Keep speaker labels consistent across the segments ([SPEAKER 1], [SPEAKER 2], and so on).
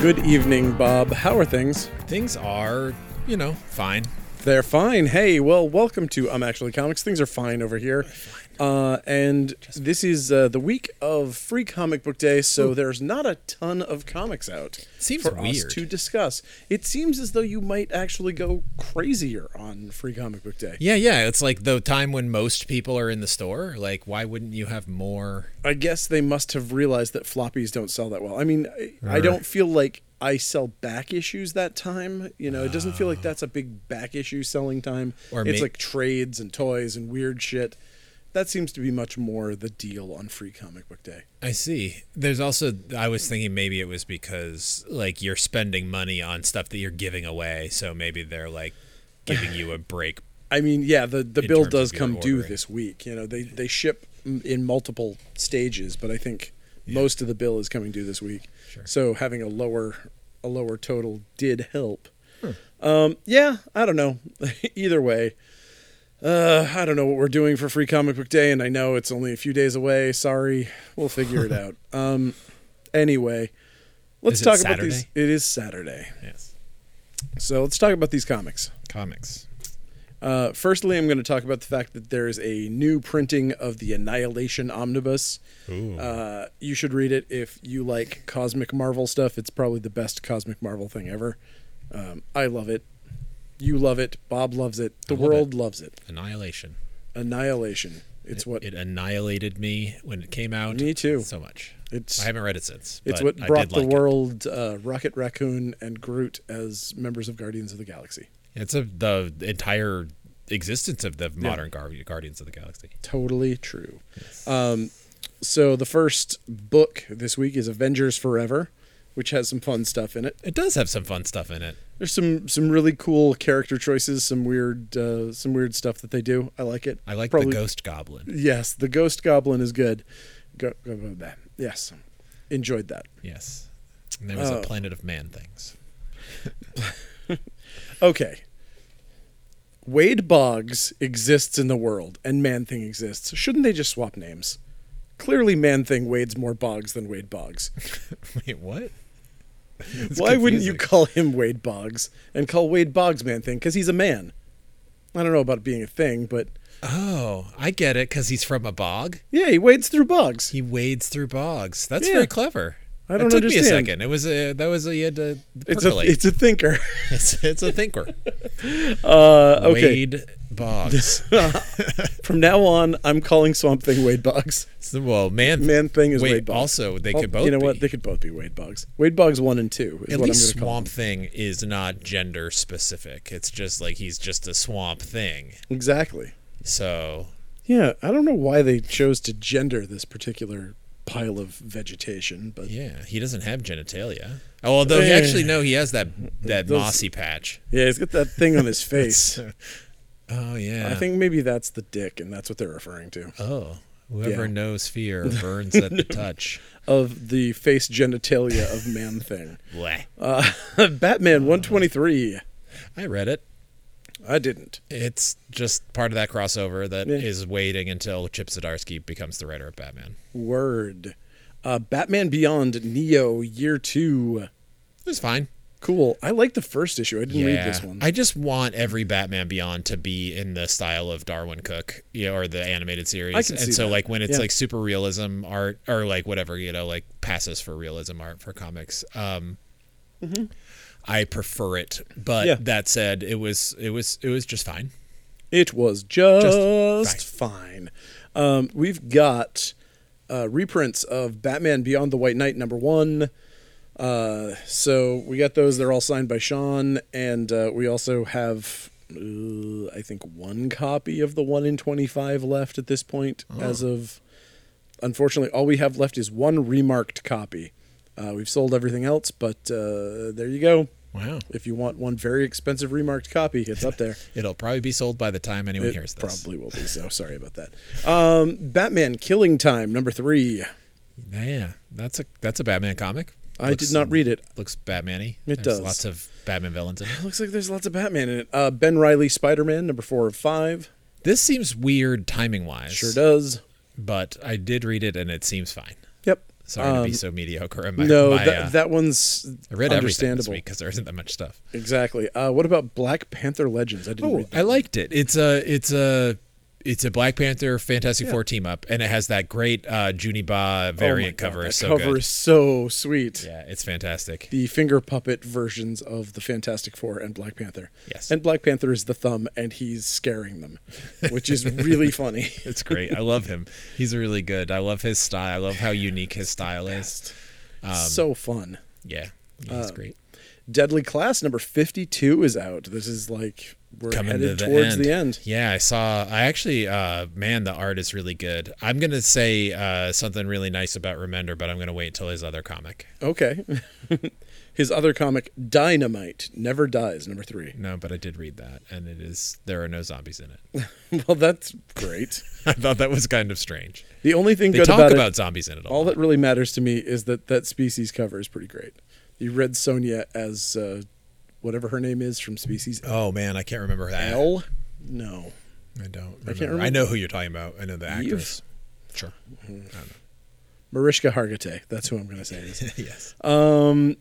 [SPEAKER 1] Good evening, Bob. How are things?
[SPEAKER 2] Things are, you know, fine.
[SPEAKER 1] They're fine. Hey, well, welcome to I'm Actually Comics. Things are fine over here. Uh, and this is uh, the week of Free Comic Book Day, so there's not a ton of comics out
[SPEAKER 2] Hmm. Seems
[SPEAKER 1] for
[SPEAKER 2] weird.
[SPEAKER 1] us to discuss. It seems as though you might actually go crazier on Free Comic Book Day.
[SPEAKER 2] Yeah, yeah. It's like the time when most people are in the store. Like, why wouldn't you have more?
[SPEAKER 1] I guess they must have realized that floppies don't sell that well. I mean, I, I don't feel like I sell back issues that time. You know, it doesn't feel like that's a big back issue selling time.
[SPEAKER 2] Or
[SPEAKER 1] it's
[SPEAKER 2] may-
[SPEAKER 1] like trades and toys and weird shit. That seems to be much more the deal on Free Comic Book Day.
[SPEAKER 2] I see. There's also, I was thinking maybe it was because, like, you're spending money on stuff that you're giving away. So maybe they're, like, giving you a break.
[SPEAKER 1] I mean, yeah, the, the
[SPEAKER 2] In
[SPEAKER 1] bill
[SPEAKER 2] terms of
[SPEAKER 1] does
[SPEAKER 2] your
[SPEAKER 1] come due
[SPEAKER 2] ordering.
[SPEAKER 1] this week. You know, they they ship m- in multiple stages, but I think most of the bill is coming due this week.
[SPEAKER 2] Sure.
[SPEAKER 1] So having a lower a lower total did help.
[SPEAKER 2] Hmm.
[SPEAKER 1] Um, yeah, I don't know. Either way, uh, I don't know what we're doing for Free Comic Book Day, and I know it's only a few days away. Sorry, we'll figure it out. Um, anyway, let's
[SPEAKER 2] Is it
[SPEAKER 1] talk about these.
[SPEAKER 2] Saturday?
[SPEAKER 1] It is Saturday,
[SPEAKER 2] Yes.
[SPEAKER 1] so let's talk about these comics.
[SPEAKER 2] Comics.
[SPEAKER 1] Uh, firstly, I'm going to talk about the fact that there is a new printing of the Annihilation Omnibus.
[SPEAKER 2] Ooh.
[SPEAKER 1] Uh, you should read it if you like cosmic Marvel stuff. It's probably the best cosmic Marvel thing ever. Um, I love it. You love it. Bob loves it. The
[SPEAKER 2] I love
[SPEAKER 1] world loves it.
[SPEAKER 2] Annihilation.
[SPEAKER 1] Annihilation. It's what
[SPEAKER 2] It annihilated me when it came out.
[SPEAKER 1] Me too.
[SPEAKER 2] So much.
[SPEAKER 1] it's.
[SPEAKER 2] I haven't read it since.
[SPEAKER 1] It's
[SPEAKER 2] but
[SPEAKER 1] what
[SPEAKER 2] I
[SPEAKER 1] brought
[SPEAKER 2] did
[SPEAKER 1] the
[SPEAKER 2] like it.
[SPEAKER 1] world uh, Rocket Raccoon and Groot as members of Guardians of the Galaxy.
[SPEAKER 2] It's a, the entire existence of the modern Gar- Guardians of the Galaxy.
[SPEAKER 1] Totally true. Um, so the first book this week is Avengers Forever, which has some fun stuff in it.
[SPEAKER 2] It does have some fun stuff in it.
[SPEAKER 1] There's some some really cool character choices, some weird uh, some weird stuff that they do. I like it.
[SPEAKER 2] I like
[SPEAKER 1] Probably-
[SPEAKER 2] the Ghost Goblin.
[SPEAKER 1] Yes, the Ghost Goblin is good. Go, go, go, blah. yes, enjoyed that.
[SPEAKER 2] Yes. And there was
[SPEAKER 1] Oh.
[SPEAKER 2] a Planet of Man things.
[SPEAKER 1] Okay. Wade Boggs exists in the world, and Man Thing exists. Shouldn't they just swap names? Clearly, Man Thing wades more Boggs than Wade Boggs.
[SPEAKER 2] Wait, what? It's
[SPEAKER 1] Why wouldn't you
[SPEAKER 2] confusing.
[SPEAKER 1] call him Wade Boggs and call Wade Boggs Man Thing? Because he's a man. I don't know about being a thing, but
[SPEAKER 2] Oh, I get it because he's from a bog.
[SPEAKER 1] yeah, he wades through bogs.
[SPEAKER 2] He wades through bogs. That's
[SPEAKER 1] Yeah.
[SPEAKER 2] very clever.
[SPEAKER 1] I don't
[SPEAKER 2] it took me a
[SPEAKER 1] understand.
[SPEAKER 2] second. It was a that was a you had to
[SPEAKER 1] It's a,
[SPEAKER 2] percolate.
[SPEAKER 1] it's a thinker.
[SPEAKER 2] It's, it's, a thinker.
[SPEAKER 1] Uh, okay.
[SPEAKER 2] Wade Boggs.
[SPEAKER 1] From now on, I'm calling Swamp Thing Wade Boggs.
[SPEAKER 2] So, well, man,
[SPEAKER 1] Man Thing is
[SPEAKER 2] wait,
[SPEAKER 1] Wade Boggs.
[SPEAKER 2] Also, they could
[SPEAKER 1] Well,
[SPEAKER 2] both.
[SPEAKER 1] You know what?
[SPEAKER 2] be.
[SPEAKER 1] They could both be Wade Boggs. Wade Boggs one and two is
[SPEAKER 2] At
[SPEAKER 1] what
[SPEAKER 2] least
[SPEAKER 1] I'm going
[SPEAKER 2] Swamp
[SPEAKER 1] to call.
[SPEAKER 2] Thing is not gender specific. It's just like he's just a swamp thing.
[SPEAKER 1] Them. Exactly.
[SPEAKER 2] So
[SPEAKER 1] Yeah, I don't know why they chose to gender this particular pile of vegetation, but yeah,
[SPEAKER 2] Yeah, he doesn't have genitalia. Oh, although he actually no, he has that that
[SPEAKER 1] Those-
[SPEAKER 2] mossy patch.
[SPEAKER 1] he's got that thing on his face.
[SPEAKER 2] Oh yeah.
[SPEAKER 1] I think maybe that's the dick, and that's what they're referring to.
[SPEAKER 2] Oh, whoever
[SPEAKER 1] Yeah.
[SPEAKER 2] knows fear burns at the touch.
[SPEAKER 1] Of the face genitalia of man thing.
[SPEAKER 2] Bleh.
[SPEAKER 1] Uh, Batman 123.
[SPEAKER 2] I read it.
[SPEAKER 1] I didn't.
[SPEAKER 2] It's just part of that crossover that
[SPEAKER 1] Yeah.
[SPEAKER 2] is waiting until Chip Zdarsky becomes the writer of Batman.
[SPEAKER 1] Word. Uh, Batman Beyond Neo Year 2.
[SPEAKER 2] It was fine.
[SPEAKER 1] Cool. I like the first issue. I didn't
[SPEAKER 2] Yeah.
[SPEAKER 1] read this one.
[SPEAKER 2] I just want every Batman Beyond to be in the style of Darwin Cook, you know, or the animated series.
[SPEAKER 1] I can
[SPEAKER 2] and
[SPEAKER 1] see
[SPEAKER 2] so
[SPEAKER 1] that.
[SPEAKER 2] like when it's
[SPEAKER 1] Yeah.
[SPEAKER 2] like super realism art or like whatever, you know, like passes for realism art for comics. Um I prefer it. But
[SPEAKER 1] Mm-hmm. Yeah.
[SPEAKER 2] that said, it was it was it was just fine.
[SPEAKER 1] It was just, fine. Um, we've got uh, reprints of Batman Beyond the White Knight number one. Uh, so we got those. They're all signed by Sean, and uh, we also have, uh, I think, one copy of the one in twenty-five left at this point. As of, unfortunately, all we have left is one remarked copy. Uh, we've sold everything else, but uh, there you go.
[SPEAKER 2] Wow.
[SPEAKER 1] If you want one very expensive remarked copy, it's up there.
[SPEAKER 2] It'll probably be sold by the time anyone
[SPEAKER 1] It
[SPEAKER 2] hears this.
[SPEAKER 1] probably will be so. Sorry about that. Um, Batman Killing Time number three.
[SPEAKER 2] Yeah. That's a that's a Batman comic.
[SPEAKER 1] I
[SPEAKER 2] Looks-
[SPEAKER 1] did not read it.
[SPEAKER 2] looks Batman-y.
[SPEAKER 1] It
[SPEAKER 2] There's
[SPEAKER 1] does.
[SPEAKER 2] Lots of Batman villains in it.
[SPEAKER 1] It looks like there's lots of Batman in it. Uh, ben Riley Spider Man number four of five.
[SPEAKER 2] This seems weird timing wise.
[SPEAKER 1] Sure does.
[SPEAKER 2] but I did read it and it seems fine.
[SPEAKER 1] Yep.
[SPEAKER 2] Sorry to be so mediocre. In my,
[SPEAKER 1] Um, No,
[SPEAKER 2] my,
[SPEAKER 1] that,
[SPEAKER 2] uh,
[SPEAKER 1] that one's
[SPEAKER 2] I read everything this
[SPEAKER 1] understandable.
[SPEAKER 2] week because there isn't that much stuff.
[SPEAKER 1] Exactly. Uh, what about Black Panther Legends? I didn't
[SPEAKER 2] Oh,
[SPEAKER 1] read that.
[SPEAKER 2] I liked it. It's a it's a it's a Black Panther Fantastic Four team up, and it has that great uh, Juniba
[SPEAKER 1] Oh my
[SPEAKER 2] variant
[SPEAKER 1] God,
[SPEAKER 2] cover.
[SPEAKER 1] that
[SPEAKER 2] It's so
[SPEAKER 1] cover
[SPEAKER 2] good.
[SPEAKER 1] is so sweet.
[SPEAKER 2] Yeah, it's fantastic.
[SPEAKER 1] The finger puppet versions of the Fantastic Four and Black Panther.
[SPEAKER 2] Yes.
[SPEAKER 1] And Black Panther is the thumb, and he's scaring them, which is really funny.
[SPEAKER 2] It's great. I love him. He's really good. I love his style. I love how unique his style is. Um,
[SPEAKER 1] so fun.
[SPEAKER 2] Yeah, yeah
[SPEAKER 1] Uh,
[SPEAKER 2] he's great.
[SPEAKER 1] Deadly Class number 52 is out. This is like we're headed towards the end.
[SPEAKER 2] Yeah, I saw. I actually, uh, man, the art is really good. I'm gonna say uh, something really nice about Remender, but I'm gonna wait till his other comic.
[SPEAKER 1] Okay. His other comic, Dynamite, never dies, number three.
[SPEAKER 2] No, but I did read that, and it is there are no zombies in it.
[SPEAKER 1] well, that's great.
[SPEAKER 2] I thought that was kind of strange.
[SPEAKER 1] The only thing
[SPEAKER 2] They
[SPEAKER 1] good
[SPEAKER 2] talk
[SPEAKER 1] about,
[SPEAKER 2] about,
[SPEAKER 1] it,
[SPEAKER 2] zombies in it
[SPEAKER 1] all
[SPEAKER 2] all.
[SPEAKER 1] that really matters to me is that that species cover is pretty great. The Red Sonia as uh, whatever her name is from Species
[SPEAKER 2] oh man, I can't remember that.
[SPEAKER 1] L. No,
[SPEAKER 2] I don't remember. I,
[SPEAKER 1] can't remember.
[SPEAKER 2] know who you're talking about. I know the actress. Sure.
[SPEAKER 1] Mm. Mariska Hargitay. That's who I'm going to say. it is.
[SPEAKER 2] yes.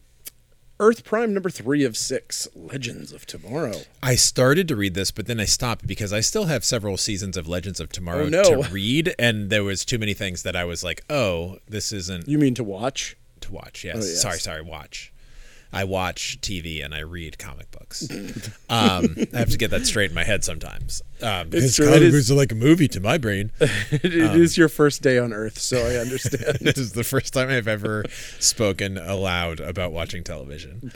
[SPEAKER 1] Earth Prime number three of six, Legends of Tomorrow.
[SPEAKER 2] I started to read this, but then I stopped because I still have several seasons of Legends of Tomorrow
[SPEAKER 1] Oh, no.
[SPEAKER 2] to read, and there was too many things that I was like, "Oh, this isn't
[SPEAKER 1] You mean to watch?
[SPEAKER 2] to watch." Yes.
[SPEAKER 1] Oh, yes.
[SPEAKER 2] Sorry, sorry, watch. I watch TV and I read comic books. um, I have to get that straight in my head sometimes. Um, because
[SPEAKER 1] true. It
[SPEAKER 2] comic
[SPEAKER 1] is-
[SPEAKER 2] books are like a movie to my brain.
[SPEAKER 1] It is
[SPEAKER 2] Um,
[SPEAKER 1] your first day on Earth, so I understand.
[SPEAKER 2] this is the first time I've ever spoken aloud about watching television.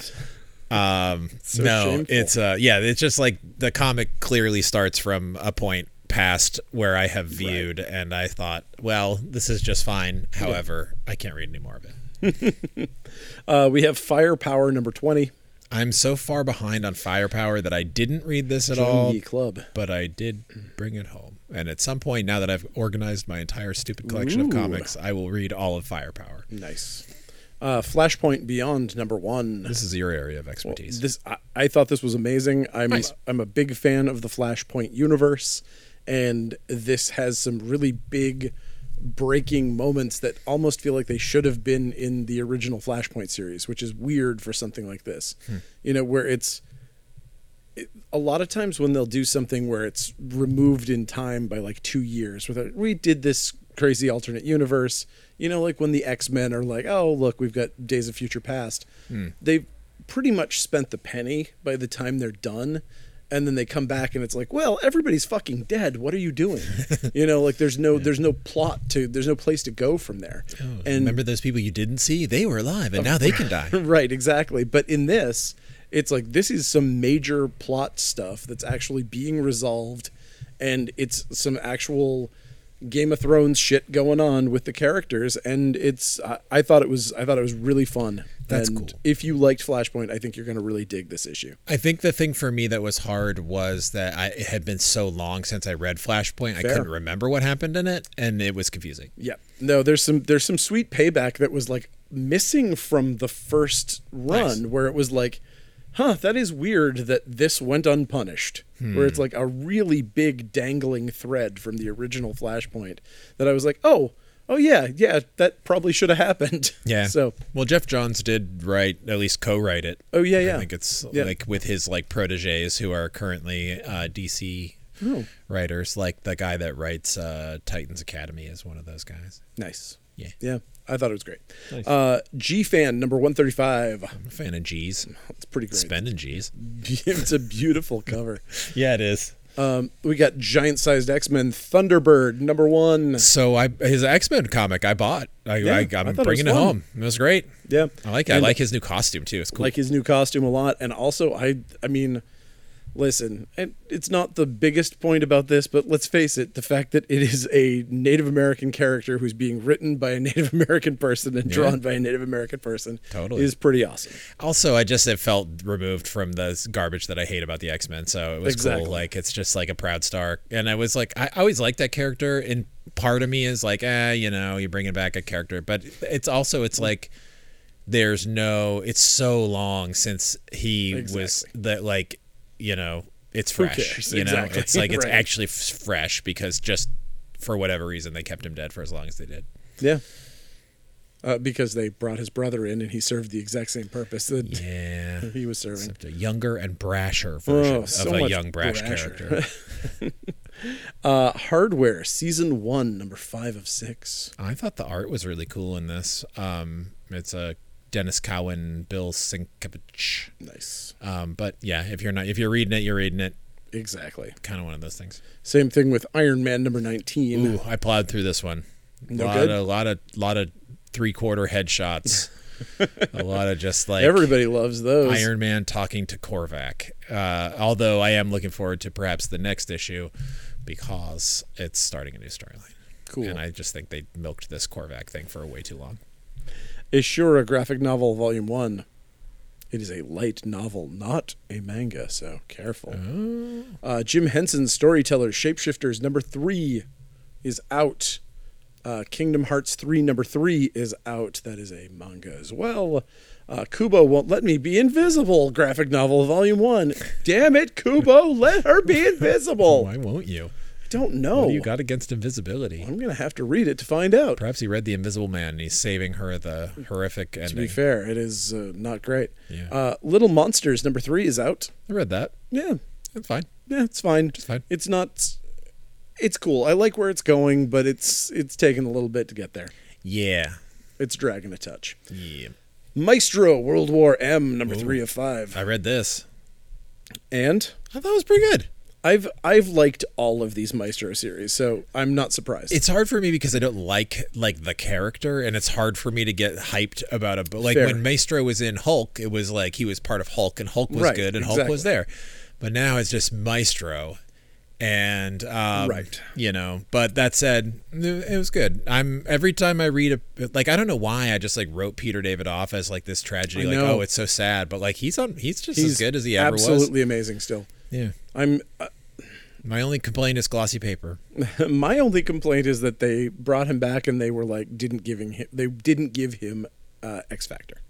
[SPEAKER 2] Um,
[SPEAKER 1] So
[SPEAKER 2] no,
[SPEAKER 1] shameful.
[SPEAKER 2] it's uh, yeah, it's just like the comic clearly starts from a point past where I have viewed, and I thought, well, this is just fine. However, I can't read any more of it.
[SPEAKER 1] uh, we have Firepower number twenty,
[SPEAKER 2] I'm so far behind on Firepower that I didn't read this at all,
[SPEAKER 1] Jungie Club.
[SPEAKER 2] but I did bring it home. And at some point, now that I've organized my entire stupid collection
[SPEAKER 1] Ooh.
[SPEAKER 2] of comics, I will read all of Firepower.
[SPEAKER 1] Nice. Uh, Flashpoint Beyond number one.
[SPEAKER 2] This is your area of expertise.
[SPEAKER 1] This I, I thought this was amazing. I'm
[SPEAKER 2] Nice.
[SPEAKER 1] I'm a big fan of the Flashpoint universe, and this has some really big breaking moments that almost feel like they should have been in the original Flashpoint series, which is weird for something like this.
[SPEAKER 2] Hmm.
[SPEAKER 1] You know, where it's it, a lot of times when they'll do something where it's removed in time by like two years, where they're, we did this crazy alternate universe, you know, like when the X Men are like, oh, look, we've got Days of Future Past. They've pretty much spent the penny by the time they're done. And then they come back and it's like, well, everybody's fucking dead. What are you doing? you know, like there's no there's no plot to there's no place to go from there. and
[SPEAKER 2] Oh, Remember those people you didn't see? They were alive, and now they can die.
[SPEAKER 1] right, exactly. But in this, it's like this is some major plot stuff that's actually being resolved, and it's some actual Game of Thrones shit going on with the characters, and it's I, I thought it was I thought it was really fun.
[SPEAKER 2] That's
[SPEAKER 1] and
[SPEAKER 2] cool.
[SPEAKER 1] If you liked Flashpoint, I think you're gonna really dig this issue.
[SPEAKER 2] I think the thing for me that was hard was that I, it had been so long since I read Flashpoint, I
[SPEAKER 1] Fair.
[SPEAKER 2] couldn't remember what happened in it, and it was confusing.
[SPEAKER 1] Yeah. No, there's some there's some sweet payback that was like missing from the first run where it was like, huh, that is weird that this went unpunished. Where
[SPEAKER 2] Hmm.
[SPEAKER 1] it's like a really big dangling thread from the original Flashpoint that I was like, oh, oh yeah, yeah, that probably should have happened.
[SPEAKER 2] Yeah.
[SPEAKER 1] So
[SPEAKER 2] well, Jeff Johns did write, at least co-write it.
[SPEAKER 1] Oh, yeah,
[SPEAKER 2] I
[SPEAKER 1] yeah.
[SPEAKER 2] think it's
[SPEAKER 1] Yeah.
[SPEAKER 2] like with his like proteges who are currently uh, DC
[SPEAKER 1] Oh.
[SPEAKER 2] writers. Like the guy that writes uh, Titans Academy is one of those guys.
[SPEAKER 1] nice.
[SPEAKER 2] Yeah.
[SPEAKER 1] Yeah. I thought it was great. Uh G fan number one thirty five.
[SPEAKER 2] I'm a fan of G's,
[SPEAKER 1] It's pretty great.
[SPEAKER 2] spending G's.
[SPEAKER 1] it's a beautiful cover.
[SPEAKER 2] Yeah, it is.
[SPEAKER 1] Um, we got giant sized X Men Thunderbird number one.
[SPEAKER 2] So I his X Men comic I bought. I,
[SPEAKER 1] Yeah,
[SPEAKER 2] I,
[SPEAKER 1] I thought it
[SPEAKER 2] I'm
[SPEAKER 1] was
[SPEAKER 2] bringing it,
[SPEAKER 1] fun.
[SPEAKER 2] home. It was great.
[SPEAKER 1] Yeah,
[SPEAKER 2] I like it.
[SPEAKER 1] And
[SPEAKER 2] I like his new costume too. It's cool.
[SPEAKER 1] like his new costume a lot, and also I I mean, listen, it, it's not the biggest point about this, but let's face it, the fact that it is a Native American character who's being written by a Native American person and drawn by a Native American person
[SPEAKER 2] Totally.
[SPEAKER 1] is pretty awesome.
[SPEAKER 2] also, I just it felt removed from the garbage that I hate about the X Men. So it was
[SPEAKER 1] Exactly.
[SPEAKER 2] cool. Like it's just like a proud star. And I was like, I I always liked that character. And part of me is like, eh, you know, you're bringing back a character, but it's also
[SPEAKER 1] Mm-hmm.
[SPEAKER 2] it's like there's no. It's so long since he was
[SPEAKER 1] Exactly.
[SPEAKER 2] that like you know it's fresh.
[SPEAKER 1] cares?
[SPEAKER 2] You know,
[SPEAKER 1] Exactly.
[SPEAKER 2] it's like it's
[SPEAKER 1] Right.
[SPEAKER 2] actually f- fresh because just for whatever reason they kept him dead for as long as they did.
[SPEAKER 1] Yeah. uh, because they brought his brother in and he served the exact same purpose that
[SPEAKER 2] Yeah.
[SPEAKER 1] he was serving.
[SPEAKER 2] Except a younger and brasher version
[SPEAKER 1] Oh,
[SPEAKER 2] of
[SPEAKER 1] so
[SPEAKER 2] a
[SPEAKER 1] much
[SPEAKER 2] young brash
[SPEAKER 1] brasher.
[SPEAKER 2] character.
[SPEAKER 1] Uh, Hardware season one, number five of six.
[SPEAKER 2] I thought the art was really cool in this. Um, it's a Dennis Cowan, Bill Sienkiewicz.
[SPEAKER 1] Nice,
[SPEAKER 2] Um, but yeah, if you're not, if you're reading it, you're reading it.
[SPEAKER 1] exactly.
[SPEAKER 2] Kind of one of those things.
[SPEAKER 1] Same thing with Iron Man number nineteen.
[SPEAKER 2] Ooh, I plowed through this one. A
[SPEAKER 1] No
[SPEAKER 2] lot
[SPEAKER 1] good?
[SPEAKER 2] of, lot of, lot of three quarter headshots. a lot of just like
[SPEAKER 1] Everybody loves those.
[SPEAKER 2] Iron Man talking to Korvac. Uh, although I am looking forward to perhaps the next issue because it's starting a new storyline.
[SPEAKER 1] Cool.
[SPEAKER 2] And I just think they milked this Korvac thing for way too long.
[SPEAKER 1] Ishura graphic novel volume one. It is a light novel, not a manga, so careful.
[SPEAKER 2] Oh.
[SPEAKER 1] Uh, Jim Henson's Storytellers Shapeshifters number three is out. Uh, Kingdom Hearts 3 number 3 is out. That is a manga as well. Uh, Kubo Won't Let Me Be Invisible graphic novel volume 1. Damn it, Kubo, let her be invisible.
[SPEAKER 2] Why won't you?
[SPEAKER 1] Don't
[SPEAKER 2] What
[SPEAKER 1] know.
[SPEAKER 2] do you got against invisibility?
[SPEAKER 1] I'm going to have to read it to find out.
[SPEAKER 2] Perhaps he read The Invisible Man and he's saving her the horrific
[SPEAKER 1] To be
[SPEAKER 2] ending.
[SPEAKER 1] fair, it is uh, not great.
[SPEAKER 2] Yeah.
[SPEAKER 1] Uh, Little Monsters number 3 is out.
[SPEAKER 2] I read that.
[SPEAKER 1] Yeah,
[SPEAKER 2] That's fine.
[SPEAKER 1] yeah, it's fine.
[SPEAKER 2] It's fine.
[SPEAKER 1] It's not. It's cool. I like where it's going, but it's it's taken a little bit to get there.
[SPEAKER 2] Yeah.
[SPEAKER 1] It's dragging a touch.
[SPEAKER 2] Yeah.
[SPEAKER 1] Maestro World War M number three of five,
[SPEAKER 2] I read this.
[SPEAKER 1] and
[SPEAKER 2] I thought it was pretty good.
[SPEAKER 1] I've I've liked all of these Maestro series, so I'm not surprised.
[SPEAKER 2] It's hard for me because I don't like like the character, and it's hard for me to get hyped about a but like
[SPEAKER 1] Fair.
[SPEAKER 2] when Maestro was in Hulk, it was like he was part of Hulk, and Hulk was
[SPEAKER 1] Right,
[SPEAKER 2] good, and Hulk was there, but now it's just Maestro, and um,
[SPEAKER 1] Right.
[SPEAKER 2] you know. But that said, it was good. I'm every time I read a like I don't know why I just like wrote Peter David off as like this tragedy,
[SPEAKER 1] I
[SPEAKER 2] like
[SPEAKER 1] know.
[SPEAKER 2] oh it's so sad, but like he's on he's just
[SPEAKER 1] He's
[SPEAKER 2] as good as he ever was.
[SPEAKER 1] absolutely amazing. Still,
[SPEAKER 2] Yeah,
[SPEAKER 1] I'm. Uh,
[SPEAKER 2] my only complaint is glossy paper.
[SPEAKER 1] my only complaint is that they brought him back and they were like didn't giving him they didn't give him uh, X Factor.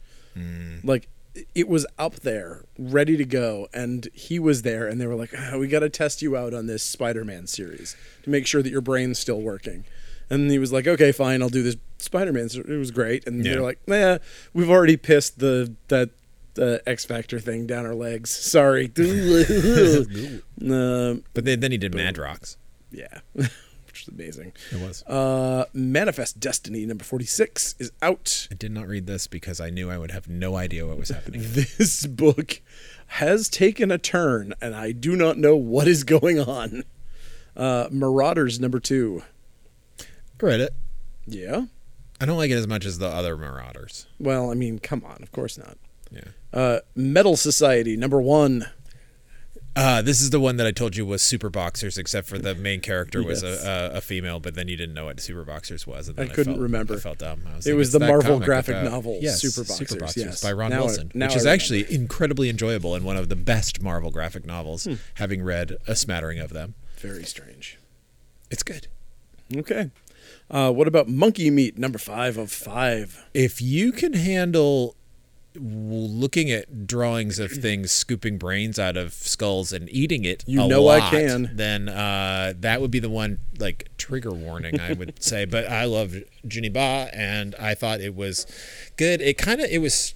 [SPEAKER 1] Like it was up there, ready to go, and he was there, and they were like, "Ah, "We got to test you out on this Spider-Man series to make sure that your brain's still working." And he was like, "Okay, fine, I'll do this Spider-Man." ser- It was great, and
[SPEAKER 2] Yeah.
[SPEAKER 1] they're like, "Nah, we've already pissed the that." The X Factor thing down our legs. Sorry. Uh, um,
[SPEAKER 2] But then, then he did Madrox.
[SPEAKER 1] yeah, which is amazing.
[SPEAKER 2] It was.
[SPEAKER 1] Uh, Manifest Destiny number 46 is out.
[SPEAKER 2] I did not read this because I knew I would have no idea what was happening.
[SPEAKER 1] This book has taken a turn, and I do not know what is going on. Uh, Marauders number 2.
[SPEAKER 2] I read it.
[SPEAKER 1] Yeah.
[SPEAKER 2] I don't like it as much as the other Marauders.
[SPEAKER 1] Well, I mean, come on. Of course not.
[SPEAKER 2] Yeah.
[SPEAKER 1] Uh, Metal Society number 1.
[SPEAKER 2] Uh, this is the one that I told you was Super Boxers, except for the main character was
[SPEAKER 1] Yes.
[SPEAKER 2] a, a, a female, but then you didn't know what Super Boxers was. And
[SPEAKER 1] I
[SPEAKER 2] then
[SPEAKER 1] couldn't
[SPEAKER 2] felt,
[SPEAKER 1] remember.
[SPEAKER 2] I felt dumb. I was
[SPEAKER 1] It
[SPEAKER 2] like,
[SPEAKER 1] was
[SPEAKER 2] it's
[SPEAKER 1] the
[SPEAKER 2] that
[SPEAKER 1] Marvel
[SPEAKER 2] comic
[SPEAKER 1] graphic
[SPEAKER 2] about-
[SPEAKER 1] novel,
[SPEAKER 2] yes,
[SPEAKER 1] Super Boxers, yes.
[SPEAKER 2] by Ron
[SPEAKER 1] Now I-
[SPEAKER 2] Wilson,
[SPEAKER 1] now
[SPEAKER 2] which
[SPEAKER 1] I
[SPEAKER 2] is
[SPEAKER 1] remember.
[SPEAKER 2] actually incredibly enjoyable and one of the best Marvel graphic novels,
[SPEAKER 1] Hmm.
[SPEAKER 2] having read a smattering of them.
[SPEAKER 1] Very strange.
[SPEAKER 2] It's good.
[SPEAKER 1] Okay. Uh, what about Monkey Meat number 5 of 5?
[SPEAKER 2] if you can handle w- looking at drawings of things scooping brains out of skulls and eating it
[SPEAKER 1] You
[SPEAKER 2] a
[SPEAKER 1] know I
[SPEAKER 2] lot,
[SPEAKER 1] can.
[SPEAKER 2] then uh, that would be the one like trigger warning i would say but i love Juni ba and i thought it was good it kind of it was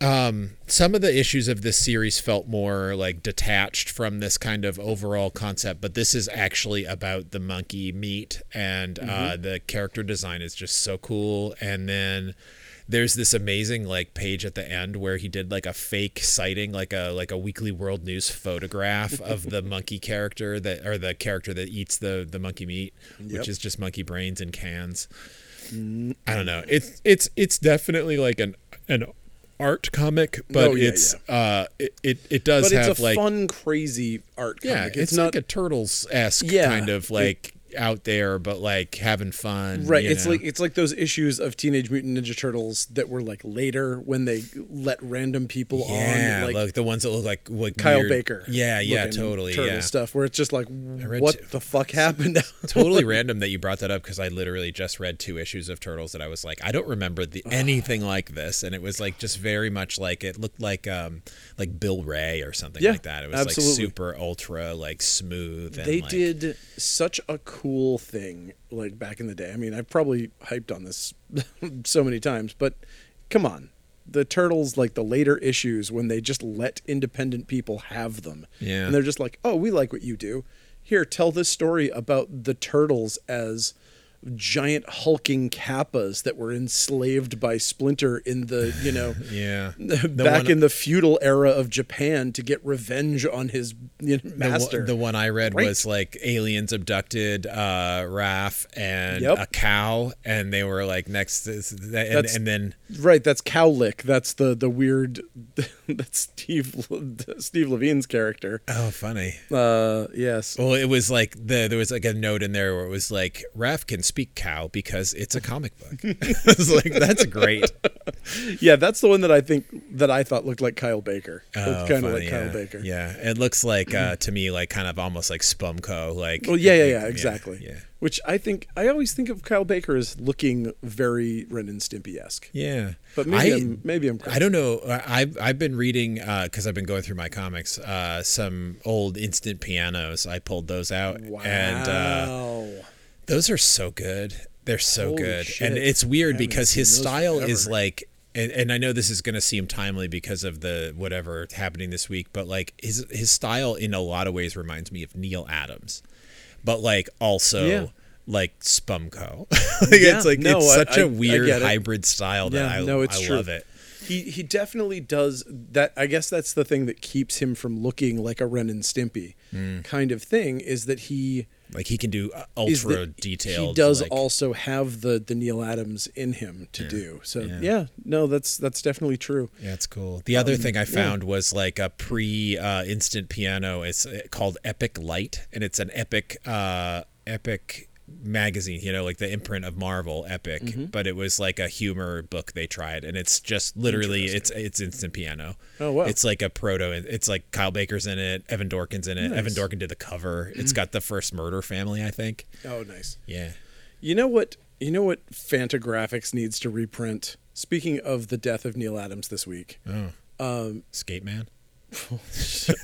[SPEAKER 2] um, some of the issues of this series felt more like detached from this kind of overall concept, but this is actually about the monkey meat, and uh, the character design is just so cool. And then there's this amazing like page at the end where he did like a fake sighting, like a like a Weekly World News photograph of the monkey character that or the character that eats the the monkey meat,
[SPEAKER 1] Yep.
[SPEAKER 2] which is just monkey brains in cans. I don't know. It's it's it's definitely like an an art comic, but
[SPEAKER 1] Oh, yeah,
[SPEAKER 2] it's uh it, it it does
[SPEAKER 1] But it's
[SPEAKER 2] have
[SPEAKER 1] a
[SPEAKER 2] like
[SPEAKER 1] fun, crazy art comic.
[SPEAKER 2] yeah, it's, not like a turtles esque
[SPEAKER 1] Yeah,
[SPEAKER 2] kind of like out there, but like having fun.
[SPEAKER 1] Right.
[SPEAKER 2] you
[SPEAKER 1] It's
[SPEAKER 2] know?
[SPEAKER 1] like it's like those issues of Teenage Mutant Ninja Turtles that were like later when they let random people
[SPEAKER 2] yeah,
[SPEAKER 1] on, like,
[SPEAKER 2] like, the ones that look like like
[SPEAKER 1] Kyle
[SPEAKER 2] weird-
[SPEAKER 1] Baker.
[SPEAKER 2] Yeah, yeah,
[SPEAKER 1] looking
[SPEAKER 2] totally.
[SPEAKER 1] Turtle
[SPEAKER 2] Yeah,
[SPEAKER 1] stuff where it's just like,
[SPEAKER 2] read
[SPEAKER 1] what
[SPEAKER 2] t-
[SPEAKER 1] the fuck happened?
[SPEAKER 2] totally random that you brought that up because I literally just read two issues of Turtles that I was like, I don't remember the, anything like this, and it was like just very much like it looked like um like Bill Ray or something
[SPEAKER 1] Yeah,
[SPEAKER 2] like that. It was
[SPEAKER 1] absolutely.
[SPEAKER 2] like super ultra like smooth. And
[SPEAKER 1] they
[SPEAKER 2] like-
[SPEAKER 1] did such a cool thing like back in the day. I mean, I've probably hyped on this so many times, but come on. The Turtles, like the later issues when they just let independent people have them.
[SPEAKER 2] Yeah.
[SPEAKER 1] And they're just like, oh, we like what you do. Here, tell this story about the Turtles as giant hulking kappas that were enslaved by Splinter in the, you know,
[SPEAKER 2] Yeah.
[SPEAKER 1] back
[SPEAKER 2] one-
[SPEAKER 1] in the feudal era of Japan to get revenge on his you know,
[SPEAKER 2] The one-
[SPEAKER 1] master.
[SPEAKER 2] The, one I read
[SPEAKER 1] Great.
[SPEAKER 2] was like aliens abducted uh Raph and
[SPEAKER 1] Yep.
[SPEAKER 2] a cow, and they were like next, to, and,
[SPEAKER 1] That's-
[SPEAKER 2] and then
[SPEAKER 1] Right, that's Cowlick. That's the the weird. That's Steve Steve Levine's character.
[SPEAKER 2] oh, funny.
[SPEAKER 1] Uh, yes.
[SPEAKER 2] Well, it was like the there was like a note in there where it was like Raph can speak cow because it's a comic book. I was like, that's great.
[SPEAKER 1] Yeah, that's the one that I think that I thought looked like Kyle Baker.
[SPEAKER 2] Oh,
[SPEAKER 1] looked kind of
[SPEAKER 2] funny,
[SPEAKER 1] like Kyle
[SPEAKER 2] yeah.
[SPEAKER 1] Baker.
[SPEAKER 2] Yeah, it looks like uh, to me like kind of almost like Spumco. Like,
[SPEAKER 1] Well, yeah, yeah, yeah, exactly.
[SPEAKER 2] Yeah,
[SPEAKER 1] Which I think I always think of Kyle Baker as looking very Ren and Stimpy esque.
[SPEAKER 2] yeah.
[SPEAKER 1] But maybe I,
[SPEAKER 2] I-
[SPEAKER 1] am maybe I'm.
[SPEAKER 2] I don't know. I- I've I've been reading because I've been going through my comics. Uh, some old instant pianos. I pulled those out,
[SPEAKER 1] Wow.
[SPEAKER 2] and uh, those are so good. They're so
[SPEAKER 1] Holy
[SPEAKER 2] good,
[SPEAKER 1] shit.
[SPEAKER 2] and it's
[SPEAKER 1] I
[SPEAKER 2] weird
[SPEAKER 1] haven't
[SPEAKER 2] because
[SPEAKER 1] seen
[SPEAKER 2] his
[SPEAKER 1] those
[SPEAKER 2] style is
[SPEAKER 1] forever.
[SPEAKER 2] like. And, and I know this is going to seem timely because of the whatever happening this week, but like his his style in a lot of ways reminds me of Neil Adams, but like also
[SPEAKER 1] Yeah.
[SPEAKER 2] like Spumco.
[SPEAKER 1] Yeah,
[SPEAKER 2] it's like
[SPEAKER 1] no,
[SPEAKER 2] it's
[SPEAKER 1] I-
[SPEAKER 2] such a
[SPEAKER 1] I- I
[SPEAKER 2] weird
[SPEAKER 1] get it.
[SPEAKER 2] hybrid style that I, I love it.
[SPEAKER 1] He he definitely does that. I guess that's the thing that keeps him from looking like a Ren and Stimpy kind of thing is that he
[SPEAKER 2] Like he can do uh,
[SPEAKER 1] is
[SPEAKER 2] Mm. ultra
[SPEAKER 1] that
[SPEAKER 2] detailed.
[SPEAKER 1] He does
[SPEAKER 2] like,
[SPEAKER 1] also have the the Neil Adams in him to do. So yeah. no, that's that's definitely true.
[SPEAKER 2] Yeah, it's cool. The
[SPEAKER 1] Um,
[SPEAKER 2] other thing I found was like a pre uh, instant piano. It's uh, called Epic Light, and it's an epic uh, epic magazine. You know, like the imprint of Marvel, Epic.
[SPEAKER 1] Mm-hmm.
[SPEAKER 2] But it was like a humor book they tried, and it's just literally it's it's instant piano.
[SPEAKER 1] Oh, wow.
[SPEAKER 2] It's like a proto. It's like Kyle Baker's in it. Evan Dorkin's in it. Evan
[SPEAKER 1] Nice. Hmm.
[SPEAKER 2] Dorkin did the cover. It's got the first Murder Family, I think.
[SPEAKER 1] Oh, nice.
[SPEAKER 2] Yeah.
[SPEAKER 1] You know what? You know what? Fantagraphics needs to reprint. Speaking of the death of Neil Adams this week.
[SPEAKER 2] Oh. Um, Skate Man.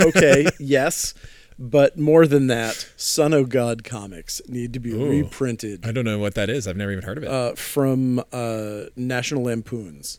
[SPEAKER 1] okay, yes, but more than that, Son of God comics need to be reprinted.
[SPEAKER 2] I don't know what that is. I've never even heard of it.
[SPEAKER 1] uh, from uh, National Lampoons.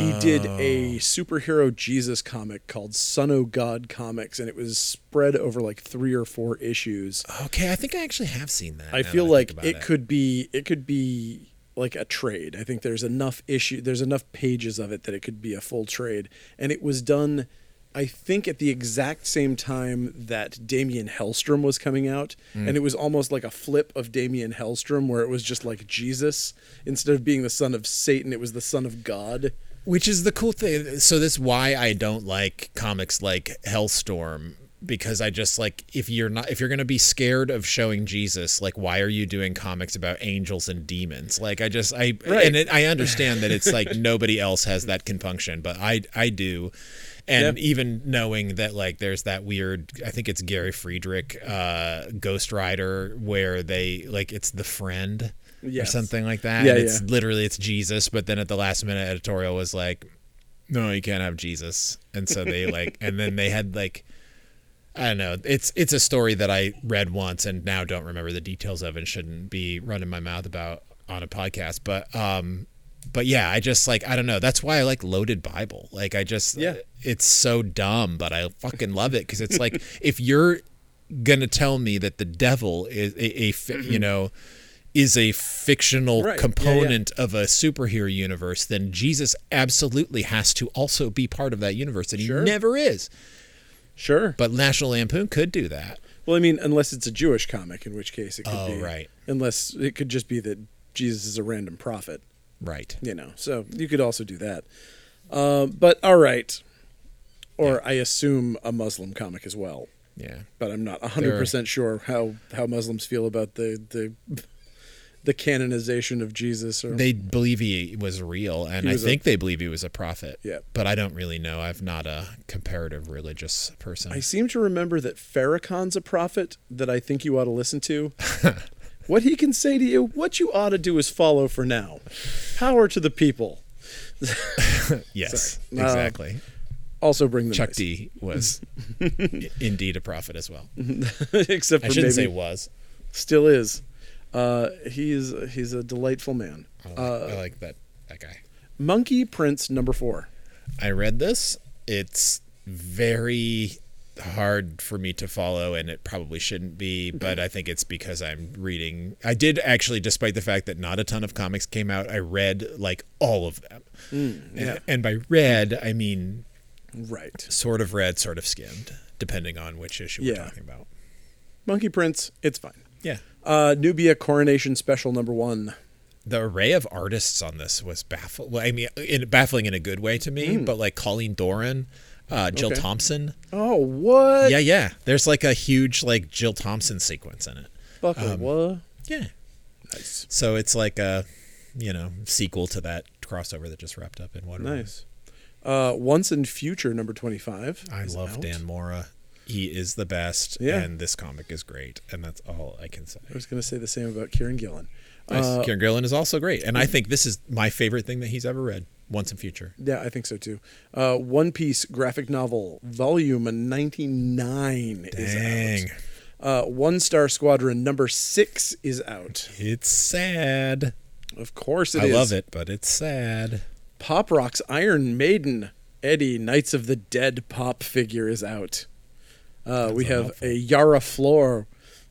[SPEAKER 1] He did a superhero Jesus comic called Son o' God Comics, and it was spread over like three or four issues.
[SPEAKER 2] Okay, I think I actually have seen that.
[SPEAKER 1] I
[SPEAKER 2] now
[SPEAKER 1] feel
[SPEAKER 2] that
[SPEAKER 1] like
[SPEAKER 2] think
[SPEAKER 1] it,
[SPEAKER 2] about
[SPEAKER 1] could be it could be like a trade. I think there's enough issue there's enough pages of it that it could be a full trade. And it was done I think at the exact same time that Damien Hellstrom was coming out
[SPEAKER 2] Mm.
[SPEAKER 1] and it was almost like a flip of Damien Hellstrom where it was just like Jesus instead of being the son of Satan it was the son of God.
[SPEAKER 2] which is the cool thing. So this is why I don't like comics like Hellstorm because I just like if you're not if you're gonna be scared of showing Jesus, like why are you doing comics about angels and demons? Like I just I
[SPEAKER 1] Right.
[SPEAKER 2] and it, I understand that it's like nobody else has that compunction, but I I do. And
[SPEAKER 1] Yeah.
[SPEAKER 2] even knowing that, like, there's that weird, I think it's Gary Friedrich, uh, Ghost Rider, where they, like, it's the friend
[SPEAKER 1] Yes.
[SPEAKER 2] or something like that.
[SPEAKER 1] Yeah,
[SPEAKER 2] and it's
[SPEAKER 1] yeah.
[SPEAKER 2] literally it's Jesus, but then at the last minute editorial was like, No, you can't have Jesus. And so they like and then they had like I don't know. It's it's a story that I read once and now don't remember the details of and shouldn't be running my mouth about on a podcast. But um but yeah, I just like I don't know. That's why I like loaded Bible. Like I just
[SPEAKER 1] Yeah.
[SPEAKER 2] it's so dumb, but I fucking love it because it's like if you're gonna tell me that the devil is a, a fi- you know is a fictional
[SPEAKER 1] Right. Yeah, yeah.
[SPEAKER 2] component of a superhero universe, then Jesus absolutely has to also be part of that universe, and
[SPEAKER 1] Sure.
[SPEAKER 2] he never is.
[SPEAKER 1] Sure.
[SPEAKER 2] But National Lampoon could do that.
[SPEAKER 1] Well, I mean, unless it's a Jewish comic, in which case it could
[SPEAKER 2] Oh,
[SPEAKER 1] be
[SPEAKER 2] right.
[SPEAKER 1] Unless it could just be that Jesus is a random prophet,
[SPEAKER 2] Right.
[SPEAKER 1] you know. So you could also do that. Uh, but all right, or I assume a Muslim comic as well.
[SPEAKER 2] Yeah.
[SPEAKER 1] But I'm not 100 percent sure how how Muslims feel about the the the canonization of Jesus. Or
[SPEAKER 2] They believe he was real, and
[SPEAKER 1] He
[SPEAKER 2] I
[SPEAKER 1] was a-
[SPEAKER 2] think they believe he was a prophet.
[SPEAKER 1] Yeah.
[SPEAKER 2] But I don't really know. I'm not a comparative religious person.
[SPEAKER 1] I seem to remember that Farrakhan's a prophet that I think you ought to listen to. what he can say to you, what you ought to do is follow for now. Power to the people.
[SPEAKER 2] yes.
[SPEAKER 1] sorry. Uh,
[SPEAKER 2] Exactly.
[SPEAKER 1] Also bring the
[SPEAKER 2] Chuck
[SPEAKER 1] noise.
[SPEAKER 2] D was i- indeed a prophet as well.
[SPEAKER 1] except
[SPEAKER 2] I
[SPEAKER 1] for
[SPEAKER 2] shouldn't
[SPEAKER 1] maybe
[SPEAKER 2] say was.
[SPEAKER 1] still is. Uh, he's he's a delightful man.
[SPEAKER 2] I like,
[SPEAKER 1] Uh,
[SPEAKER 2] I like that that guy.
[SPEAKER 1] Monkey Prince number four.
[SPEAKER 2] I read this. It's very hard for me to follow and it probably shouldn't be,
[SPEAKER 1] Mm-hmm.
[SPEAKER 2] but I think it's because I'm reading. I did actually despite the fact that not a ton of comics came out, I read like all of them.
[SPEAKER 1] Mm, yeah.
[SPEAKER 2] and, and by read, I mean
[SPEAKER 1] Right.
[SPEAKER 2] sort of read, sort of skimmed, depending on which issue we're
[SPEAKER 1] Yeah.
[SPEAKER 2] talking about.
[SPEAKER 1] Monkey Prince, it's fine.
[SPEAKER 2] Yeah.
[SPEAKER 1] Uh, Nubia Coronation Special number one.
[SPEAKER 2] the array of artists on this was baffling. Well, I mean, in, baffling in a good way to me, but like Colleen Doran, uh, Jill
[SPEAKER 1] Mm. Okay.
[SPEAKER 2] Thompson.
[SPEAKER 1] Oh, what?
[SPEAKER 2] Yeah, yeah. There's like a huge like Jill Thompson sequence in it.
[SPEAKER 1] Fuck, what?
[SPEAKER 2] Yeah.
[SPEAKER 1] Um, Nice.
[SPEAKER 2] So it's like a, you know, sequel to that crossover that just wrapped up in one.
[SPEAKER 1] Nice. Uh, Once in Future number 25.
[SPEAKER 2] I
[SPEAKER 1] is
[SPEAKER 2] love
[SPEAKER 1] out.
[SPEAKER 2] Dan Mora. He is the best,
[SPEAKER 1] Yeah.
[SPEAKER 2] and this comic is great, and that's all I can say.
[SPEAKER 1] I was going to say the same about Kieran Gillen.
[SPEAKER 2] Nice.
[SPEAKER 1] Uh,
[SPEAKER 2] Kieran Gillen is also great, and I think this is my favorite thing that he's ever read. Once in Future.
[SPEAKER 1] yeah, I think so too. Uh, One Piece graphic novel, volume 99 is
[SPEAKER 2] Dang.
[SPEAKER 1] out. Uh, One Star Squadron number six is out.
[SPEAKER 2] It's sad.
[SPEAKER 1] Of course it
[SPEAKER 2] I
[SPEAKER 1] is.
[SPEAKER 2] love it, but it's sad.
[SPEAKER 1] Pop Rock's Iron Maiden Eddie Knights of the Dead pop figure is out. Uh, we have
[SPEAKER 2] unhelpful.
[SPEAKER 1] a Yara Floor.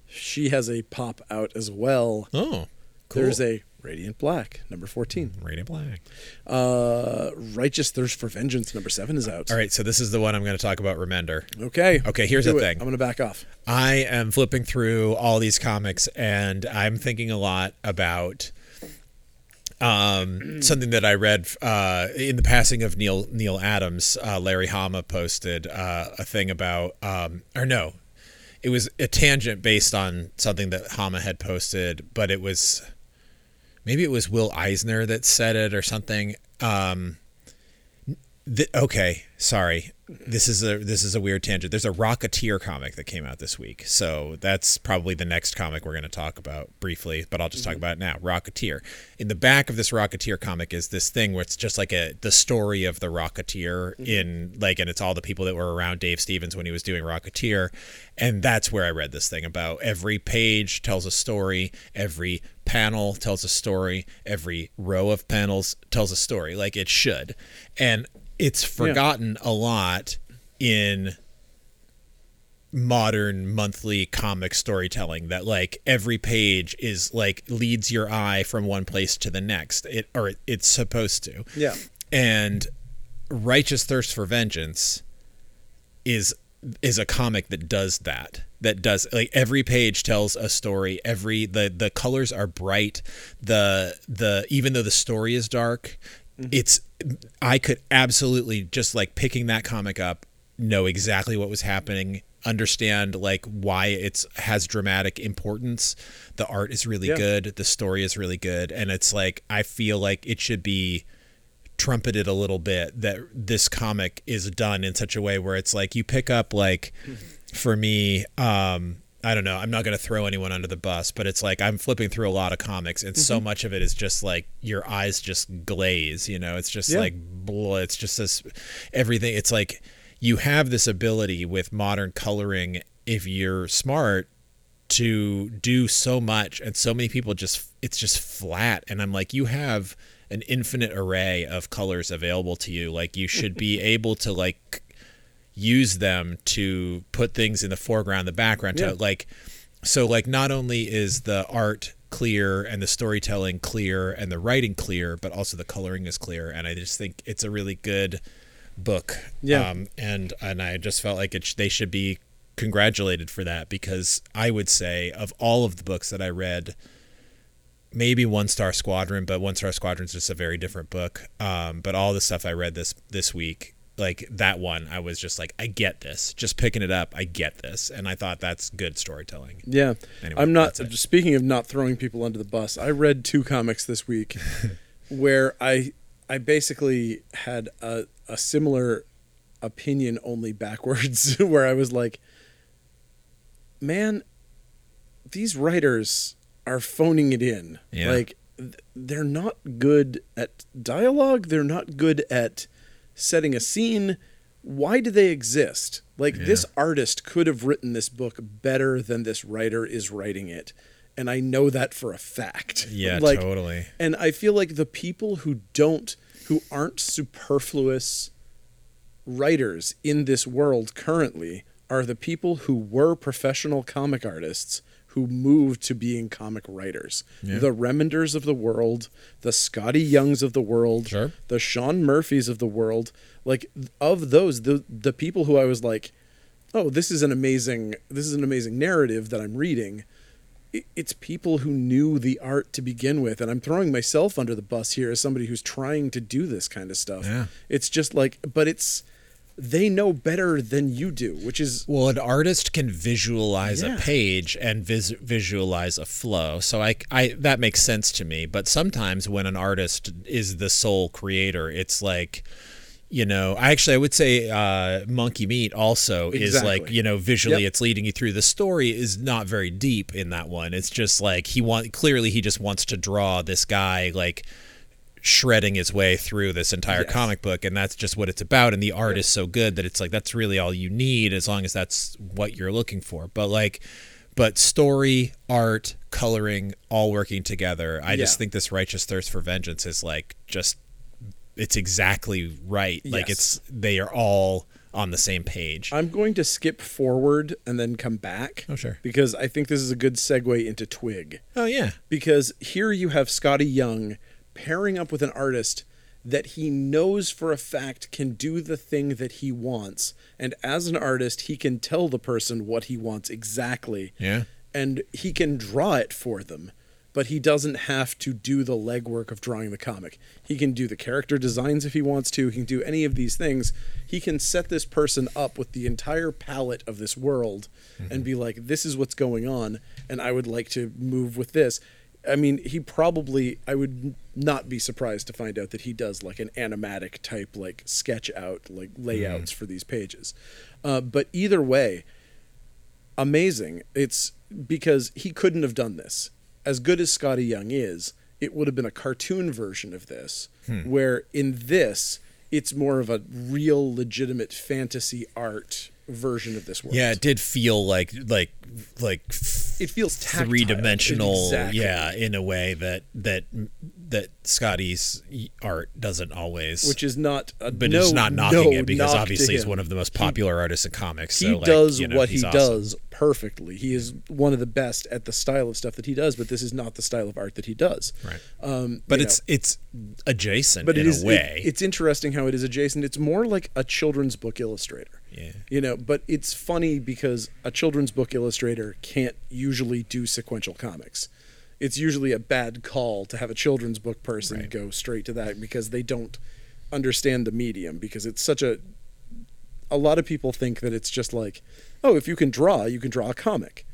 [SPEAKER 1] She has a pop out as well.
[SPEAKER 2] Oh, cool.
[SPEAKER 1] There's a Radiant Black, number 14.
[SPEAKER 2] Radiant Black.
[SPEAKER 1] Uh, Righteous Thirst for Vengeance, number 7 is out.
[SPEAKER 2] All right, so this is the one I'm going to talk about. Remender.
[SPEAKER 1] Okay.
[SPEAKER 2] Okay, here's
[SPEAKER 1] Do
[SPEAKER 2] the
[SPEAKER 1] it.
[SPEAKER 2] thing.
[SPEAKER 1] I'm going to back off.
[SPEAKER 2] I am flipping through all these comics, and I'm thinking a lot about um, something that I read uh, in the passing of Neil Neil Adams. Uh, Larry Hama posted uh, a thing about, um, or no, it was a tangent based on something that Hama had posted, but it was maybe it was Will Eisner that said it or something. Um, th- okay, sorry. This is a this is a weird tangent. There's a Rocketeer comic that came out this week, so that's probably the next comic we're going to talk about briefly. But I'll just talk about it now. Rocketeer. In the back of this Rocketeer comic is this thing where it's just like a the story of the Rocketeer in like, and it's all the people that were around Dave Stevens when he was doing Rocketeer, and that's where I read this thing about every page tells a story, every panel tells a story, every row of panels tells a story, like it should. And it's forgotten a lot in modern monthly comic storytelling that like every page is like leads your eye from one place to the next it or it, it's supposed to
[SPEAKER 1] Yeah.
[SPEAKER 2] and righteous thirst for vengeance is is a comic that does that that does like every page tells a story every the the colors are bright the the even though the story is dark it's i could absolutely just like picking that comic up know exactly what was happening understand like why it's has dramatic importance the art is really
[SPEAKER 1] Yeah.
[SPEAKER 2] good the story is really good and it's like i feel like it should be trumpeted a little bit that this comic is done in such a way where it's like you pick up like for me um I don't know. I'm not going to throw anyone under the bus, but it's like I'm flipping through a lot of comics, and so much of it is just like your eyes just glaze. You know, it's just
[SPEAKER 1] Yeah.
[SPEAKER 2] like blah, it's just this everything. It's like you have this ability with modern coloring if you're smart to do so much and so many people just it's just flat and i'm like you have an infinite array of colors available to you like you should be able to like use them to put things in the foreground the background
[SPEAKER 1] Yeah.
[SPEAKER 2] to like so like not only is the art clear and the storytelling clear and the writing clear but also the coloring is clear and i just think it's a really good book
[SPEAKER 1] Yeah.
[SPEAKER 2] um, and and I just felt like it sh- they should be congratulated for that because I would say of all of the books that I read, maybe One Star Squadron, but One Star Squadron's just a very different book. Um, but all the stuff I read this this week, like that one, I was just like, I get this. Just picking it up, I get this, and I thought that's good storytelling.
[SPEAKER 1] Yeah.
[SPEAKER 2] Anyway,
[SPEAKER 1] I'm not,
[SPEAKER 2] that's it.
[SPEAKER 1] speaking of not throwing people under the bus, I read two comics this week where I I basically had a, a similar opinion only backwards, where I was like, man, these writers are phoning it in.
[SPEAKER 2] Yeah.
[SPEAKER 1] Like, th- they're not good at dialogue, they're not good at setting a scene. Why do they exist? Like, this artist could have written this book better than this writer is writing it. and I know that for a fact.
[SPEAKER 2] Yeah,
[SPEAKER 1] like,
[SPEAKER 2] totally.
[SPEAKER 1] And I feel like the people who don't, who aren't superfluous writers in this world currently are the people who were professional comic artists who moved to being comic writers.
[SPEAKER 2] Yeah.
[SPEAKER 1] The Remenders of the world, the Scotty Youngs of the world,
[SPEAKER 2] Sure.
[SPEAKER 1] the Sean Murphys of the world. Like of those, the the people who I was like, oh, this is an amazing this is an amazing narrative that I'm reading. i- It's people who knew the art to begin with, and I'm throwing myself under the bus here as somebody who's trying to do this kind of stuff.
[SPEAKER 2] Yeah.
[SPEAKER 1] It's just like, but it's they know better than you do, which is
[SPEAKER 2] Well, an artist can visualize
[SPEAKER 1] Yeah.
[SPEAKER 2] a page and vis- visualize a flow. So I, I that makes sense to me. But sometimes when an artist is the sole creator, it's like, you know, I actually I would say uh, Monkey Meat also is like
[SPEAKER 1] Exactly.
[SPEAKER 2] you know visually
[SPEAKER 1] Yep.
[SPEAKER 2] it's leading you through. The story is not very deep in that one. It's just like he want clearly he just wants to draw this guy like shredding his way through this entire
[SPEAKER 1] Yes.
[SPEAKER 2] comic book and that's just what it's about and the art is so good that it's like that's really all you need as long as that's what you're looking for but like but story art coloring all working together i just
[SPEAKER 1] Yeah.
[SPEAKER 2] think this righteous thirst for vengeance is like just it's exactly right like
[SPEAKER 1] Yes. Uh,
[SPEAKER 2] it's they are all on the same page
[SPEAKER 1] I'm going to skip forward and then come back.
[SPEAKER 2] Oh, sure.
[SPEAKER 1] Because I think this is a good segue into Twig.
[SPEAKER 2] oh yeah
[SPEAKER 1] Because here you have Scotty Young pairing up with an artist that he knows for a fact can do the thing that he wants. And as an artist, he can tell the person what he wants exactly.
[SPEAKER 2] Yeah.
[SPEAKER 1] And he can draw it for them, but he doesn't have to do the legwork of drawing the comic. He can do the character designs if he wants to. He can do any of these things. He can set this person up with the entire palette of this world and be like, this is what's going on, and I would like to move with this. I mean, he probably, I would not be surprised to find out that he does like an animatic type, like sketch out, like layouts for these pages. Uh, but either way, amazing. It's because he couldn't have done this. As good as Scotty Young is, it would have been a cartoon version of this,
[SPEAKER 2] Hmm.
[SPEAKER 1] where in this, it's more of a real, legitimate fantasy art version of this world.
[SPEAKER 2] yeah it did feel like like like f-
[SPEAKER 1] It feels tactile.
[SPEAKER 2] three dimensional,
[SPEAKER 1] Exactly.
[SPEAKER 2] yeah, in a way that that that Scotty's art doesn't always.
[SPEAKER 1] Which is not a
[SPEAKER 2] but
[SPEAKER 1] no,
[SPEAKER 2] it's not knocking
[SPEAKER 1] no
[SPEAKER 2] it because
[SPEAKER 1] knock to
[SPEAKER 2] obviously he's
[SPEAKER 1] him.
[SPEAKER 2] one of the most popular artists in comics.
[SPEAKER 1] he
[SPEAKER 2] so, like,
[SPEAKER 1] does
[SPEAKER 2] you know,
[SPEAKER 1] what he
[SPEAKER 2] he's awesome.
[SPEAKER 1] does perfectly. He is one of the best at the style of stuff that he does, but this is not the style of art that he does.
[SPEAKER 2] Right.
[SPEAKER 1] Um,
[SPEAKER 2] But
[SPEAKER 1] you
[SPEAKER 2] it's it's adjacent
[SPEAKER 1] but
[SPEAKER 2] in
[SPEAKER 1] it is
[SPEAKER 2] a
[SPEAKER 1] it-
[SPEAKER 2] way.
[SPEAKER 1] it's interesting how it is adjacent. It's more like a children's book illustrator.
[SPEAKER 2] Yeah.
[SPEAKER 1] You know, but it's funny because a children's book illustrator can't usually do sequential comics. It's usually a bad call to have a children's book person
[SPEAKER 2] Right.
[SPEAKER 1] go straight to that because they don't understand the medium because it's such a a lot of people think that it's just like, oh, if you can draw, you can draw a comic.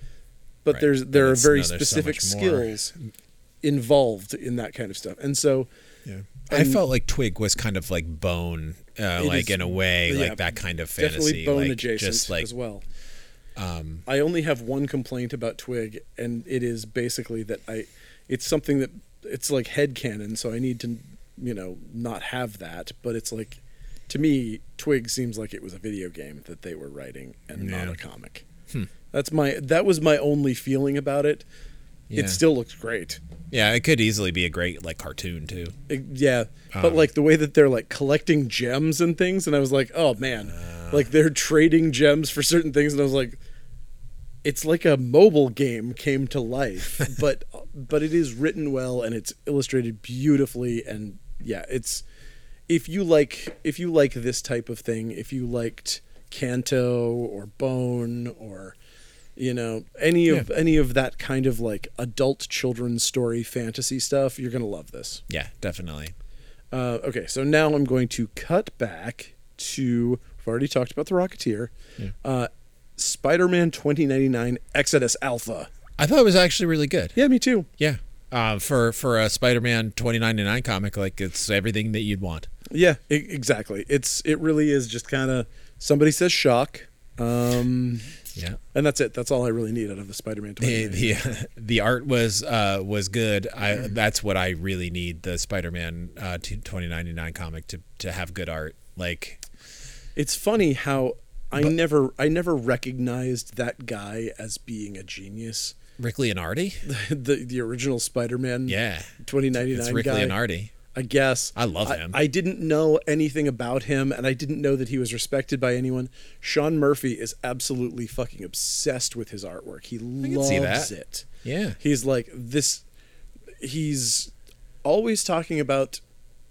[SPEAKER 1] But
[SPEAKER 2] Right.
[SPEAKER 1] there's
[SPEAKER 2] But
[SPEAKER 1] there are
[SPEAKER 2] it's-
[SPEAKER 1] very
[SPEAKER 2] no, there's so
[SPEAKER 1] specific
[SPEAKER 2] much more.
[SPEAKER 1] skills involved in that kind of stuff. And so
[SPEAKER 2] yeah. I felt like Twig was kind of like Bone, uh,
[SPEAKER 1] It
[SPEAKER 2] like
[SPEAKER 1] is-
[SPEAKER 2] in a way,
[SPEAKER 1] yeah,
[SPEAKER 2] like that kind of fantasy,
[SPEAKER 1] definitely bone
[SPEAKER 2] like
[SPEAKER 1] adjacent
[SPEAKER 2] just like um,
[SPEAKER 1] as well. I only have one complaint about Twig, and it is basically that I, it's something that it's like headcanon, so I need to, you know, not have that. But it's like, to me, Twig seems like it was a video game that they were writing and
[SPEAKER 2] Yeah. Hmm.
[SPEAKER 1] not a comic. That's my that was my only feeling about it.
[SPEAKER 2] Yeah.
[SPEAKER 1] It still looks great.
[SPEAKER 2] yeah, it could easily be a great like cartoon too.
[SPEAKER 1] It- yeah, but like the way that they're like collecting gems and things, and I was like, oh man, like they're trading gems for certain things, and I was like, it's like a mobile game came to life, but but it is written well and it's illustrated beautifully, and yeah, it's if you like if you like this type of thing, if you liked Canto or Bone or you know any of any of that kind of like adult children's story fantasy stuff, you're gonna love this.
[SPEAKER 2] Yeah, definitely.
[SPEAKER 1] Uh, okay, so now I'm going to cut back to. We've already talked about the Rocketeer. Uh, Spider Man 2099 Exodus Alpha.
[SPEAKER 2] I thought it was actually really good.
[SPEAKER 1] Yeah, me too.
[SPEAKER 2] Yeah. Uh, for for a Spider-Man 2099 comic, like it's everything that you'd want.
[SPEAKER 1] Yeah, e- exactly. It's It really is just kind of somebody says shock. Um,
[SPEAKER 2] Yeah.
[SPEAKER 1] and that's it. That's all I really need out of the Spider Man
[SPEAKER 2] The
[SPEAKER 1] 2099.
[SPEAKER 2] the, the art was uh, was good. I
[SPEAKER 1] Mm-hmm.
[SPEAKER 2] that's what I really need the Spider-Man uh, t- 2099 comic to to have good art. Like
[SPEAKER 1] It's funny how I never I never recognized that guy as being a genius.
[SPEAKER 2] Rick Leonardi?
[SPEAKER 1] the the original Spider-Man
[SPEAKER 2] Yeah.
[SPEAKER 1] 2099
[SPEAKER 2] It's Rick
[SPEAKER 1] guy.
[SPEAKER 2] Leonardi.
[SPEAKER 1] I guess.
[SPEAKER 2] I love him.
[SPEAKER 1] I, didn't know anything about him, and I didn't know that he was respected by anyone. Sean Murphy is absolutely fucking obsessed with his artwork. He
[SPEAKER 2] can
[SPEAKER 1] loves
[SPEAKER 2] see that.
[SPEAKER 1] it.
[SPEAKER 2] Yeah.
[SPEAKER 1] He's like this. He's always talking about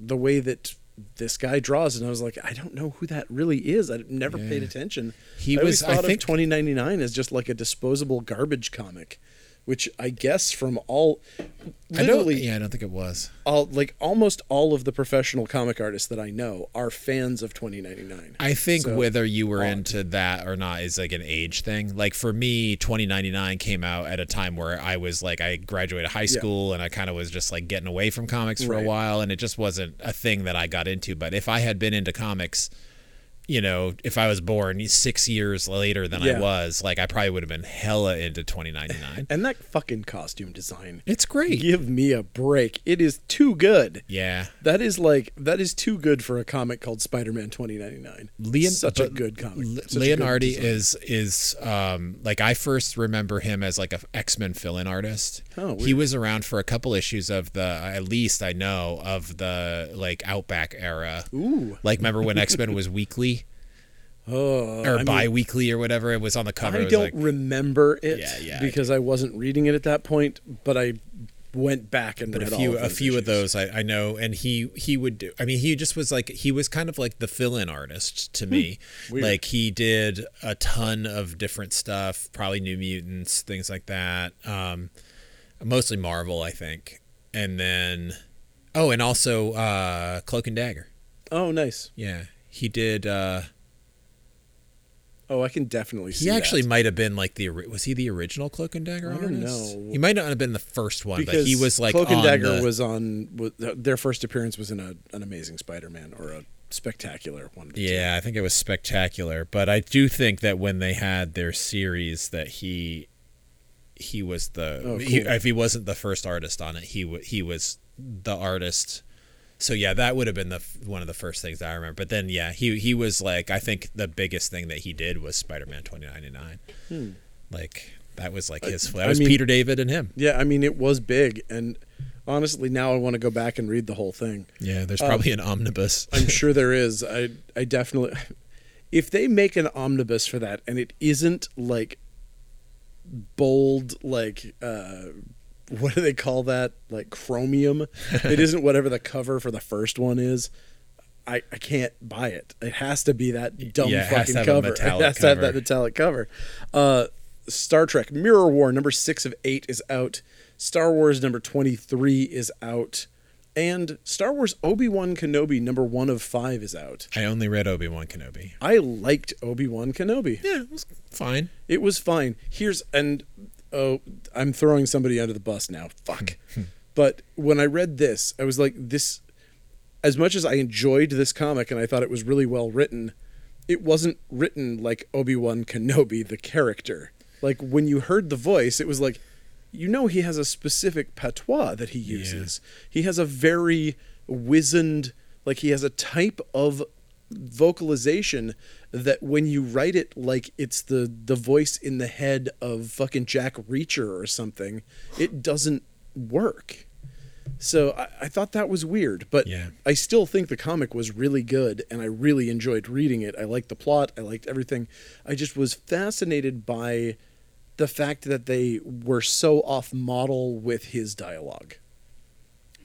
[SPEAKER 1] the way that this guy draws, and I was like, I don't know who that really is. I never
[SPEAKER 2] Yeah.
[SPEAKER 1] paid attention.
[SPEAKER 2] He
[SPEAKER 1] I always
[SPEAKER 2] was- I
[SPEAKER 1] thought
[SPEAKER 2] think-
[SPEAKER 1] of 2099 as just like a disposable garbage comic, which I guess from all
[SPEAKER 2] I don't
[SPEAKER 1] literally
[SPEAKER 2] yeah, I don't think it was.
[SPEAKER 1] all like almost all of the professional comic artists that I know are fans of 2099.
[SPEAKER 2] I think
[SPEAKER 1] So-
[SPEAKER 2] whether you were into that or not is like an age thing. Like for me, 2099 came out at a time where I was like, I graduated high school and I kind of was just like getting away from comics for
[SPEAKER 1] Right.
[SPEAKER 2] a while. And it just wasn't a thing that I got into. But if I had been into comics, you know, if I was born six years later than
[SPEAKER 1] Yeah.
[SPEAKER 2] I was, like I probably would have been hella into 2099.
[SPEAKER 1] and that fucking costume design.
[SPEAKER 2] it's great.
[SPEAKER 1] Give me a break. It is too good.
[SPEAKER 2] Yeah.
[SPEAKER 1] That is like that is too good for a comic called Spider-Man 2099.
[SPEAKER 2] Leon-
[SPEAKER 1] such a
[SPEAKER 2] but
[SPEAKER 1] good comic.
[SPEAKER 2] Le-
[SPEAKER 1] Such a good
[SPEAKER 2] Leonardi
[SPEAKER 1] design.
[SPEAKER 2] is is um, like I first remember him as like a X Men fill in artist.
[SPEAKER 1] Oh,
[SPEAKER 2] he
[SPEAKER 1] weird.
[SPEAKER 2] was around for a couple issues of the at least I know of the like Outback era.
[SPEAKER 1] Ooh.
[SPEAKER 2] Like remember when X Men was weekly
[SPEAKER 1] Oh,
[SPEAKER 2] or
[SPEAKER 1] I mean,
[SPEAKER 2] bi-weekly or whatever it was on the cover.
[SPEAKER 1] I
[SPEAKER 2] it was
[SPEAKER 1] don't
[SPEAKER 2] like-
[SPEAKER 1] remember it
[SPEAKER 2] Yeah, yeah, I
[SPEAKER 1] because I, wasn't reading it at that point, but I went back and
[SPEAKER 2] but
[SPEAKER 1] read
[SPEAKER 2] a few
[SPEAKER 1] all of
[SPEAKER 2] a
[SPEAKER 1] those
[SPEAKER 2] few of
[SPEAKER 1] issues.
[SPEAKER 2] those I, I know and he he would do i mean he just was like he was kind of like the fill-in artist to me
[SPEAKER 1] Hmm. Weird.
[SPEAKER 2] like he did a ton of different stuff probably new mutants things like that um mostly marvel i think and then oh and also uh cloak and dagger
[SPEAKER 1] Oh, nice.
[SPEAKER 2] yeah he did uh
[SPEAKER 1] Oh, I can definitely see
[SPEAKER 2] he actually
[SPEAKER 1] that.
[SPEAKER 2] might have been like the ori- was he the original cloak and dagger
[SPEAKER 1] I don't
[SPEAKER 2] artist?
[SPEAKER 1] know.
[SPEAKER 2] he might not have been the first one but he was like
[SPEAKER 1] Cloak and
[SPEAKER 2] on
[SPEAKER 1] Dagger
[SPEAKER 2] the-
[SPEAKER 1] was on was, their first appearance was in a, an Amazing Spider-Man or a spectacular one. of the two.
[SPEAKER 2] Yeah, I think it was spectacular, but I do think that when they had their series that he he was the
[SPEAKER 1] Oh,
[SPEAKER 2] he-
[SPEAKER 1] cool.
[SPEAKER 2] if he wasn't the first artist on it, he wa he was the artist. So yeah, that would have been the f- one of the first things I remember. But then yeah, he he was like I think the biggest thing that he did was Spider-Man 2099. Like that was like his that
[SPEAKER 1] Hmm. I
[SPEAKER 2] was
[SPEAKER 1] mean-
[SPEAKER 2] Peter David and him.
[SPEAKER 1] yeah. I mean, it was big, and honestly, now I want to go back and read the whole thing.
[SPEAKER 2] Yeah, there's probably an omnibus.
[SPEAKER 1] Uh, I'm sure there is. I I definitely. If they make an omnibus for that, and it isn't like bold, like uh, what do they call that? Like chromium. it isn't whatever the cover for the first one is. I, I can't buy it. It has to be that dumb
[SPEAKER 2] Yeah, it has to
[SPEAKER 1] fucking
[SPEAKER 2] have a
[SPEAKER 1] cover.
[SPEAKER 2] metallic
[SPEAKER 1] it has to have that
[SPEAKER 2] cover.
[SPEAKER 1] metallic cover. Uh, Star Trek Mirror War number six of eight is out. Star Wars number twenty three is out, and Star Wars Obi Wan Kenobi number one of five is out.
[SPEAKER 2] I only read Obi-Wan Kenobi.
[SPEAKER 1] I liked Obi Wan Kenobi.
[SPEAKER 2] Yeah, it was fine.
[SPEAKER 1] It was fine. Here's and oh, I'm throwing somebody under the bus now. Fuck. but when I read this, I was like, this. As much as I enjoyed this comic and I thought it was really well written, it wasn't written like Obi Wan Kenobi the character. Like when you heard the voice, it was like, you know, he has a specific patois that he uses. He has a very wizened, like he has a type of vocalization that when you write it like it's the the voice in the head of fucking Jack Reacher or something, it doesn't work. So I, I thought that was weird, but
[SPEAKER 2] Yeah.
[SPEAKER 1] I still think the comic was really good, and I really enjoyed reading it. I liked the plot, I liked everything. I just was fascinated by the fact that they were so off model with his dialogue.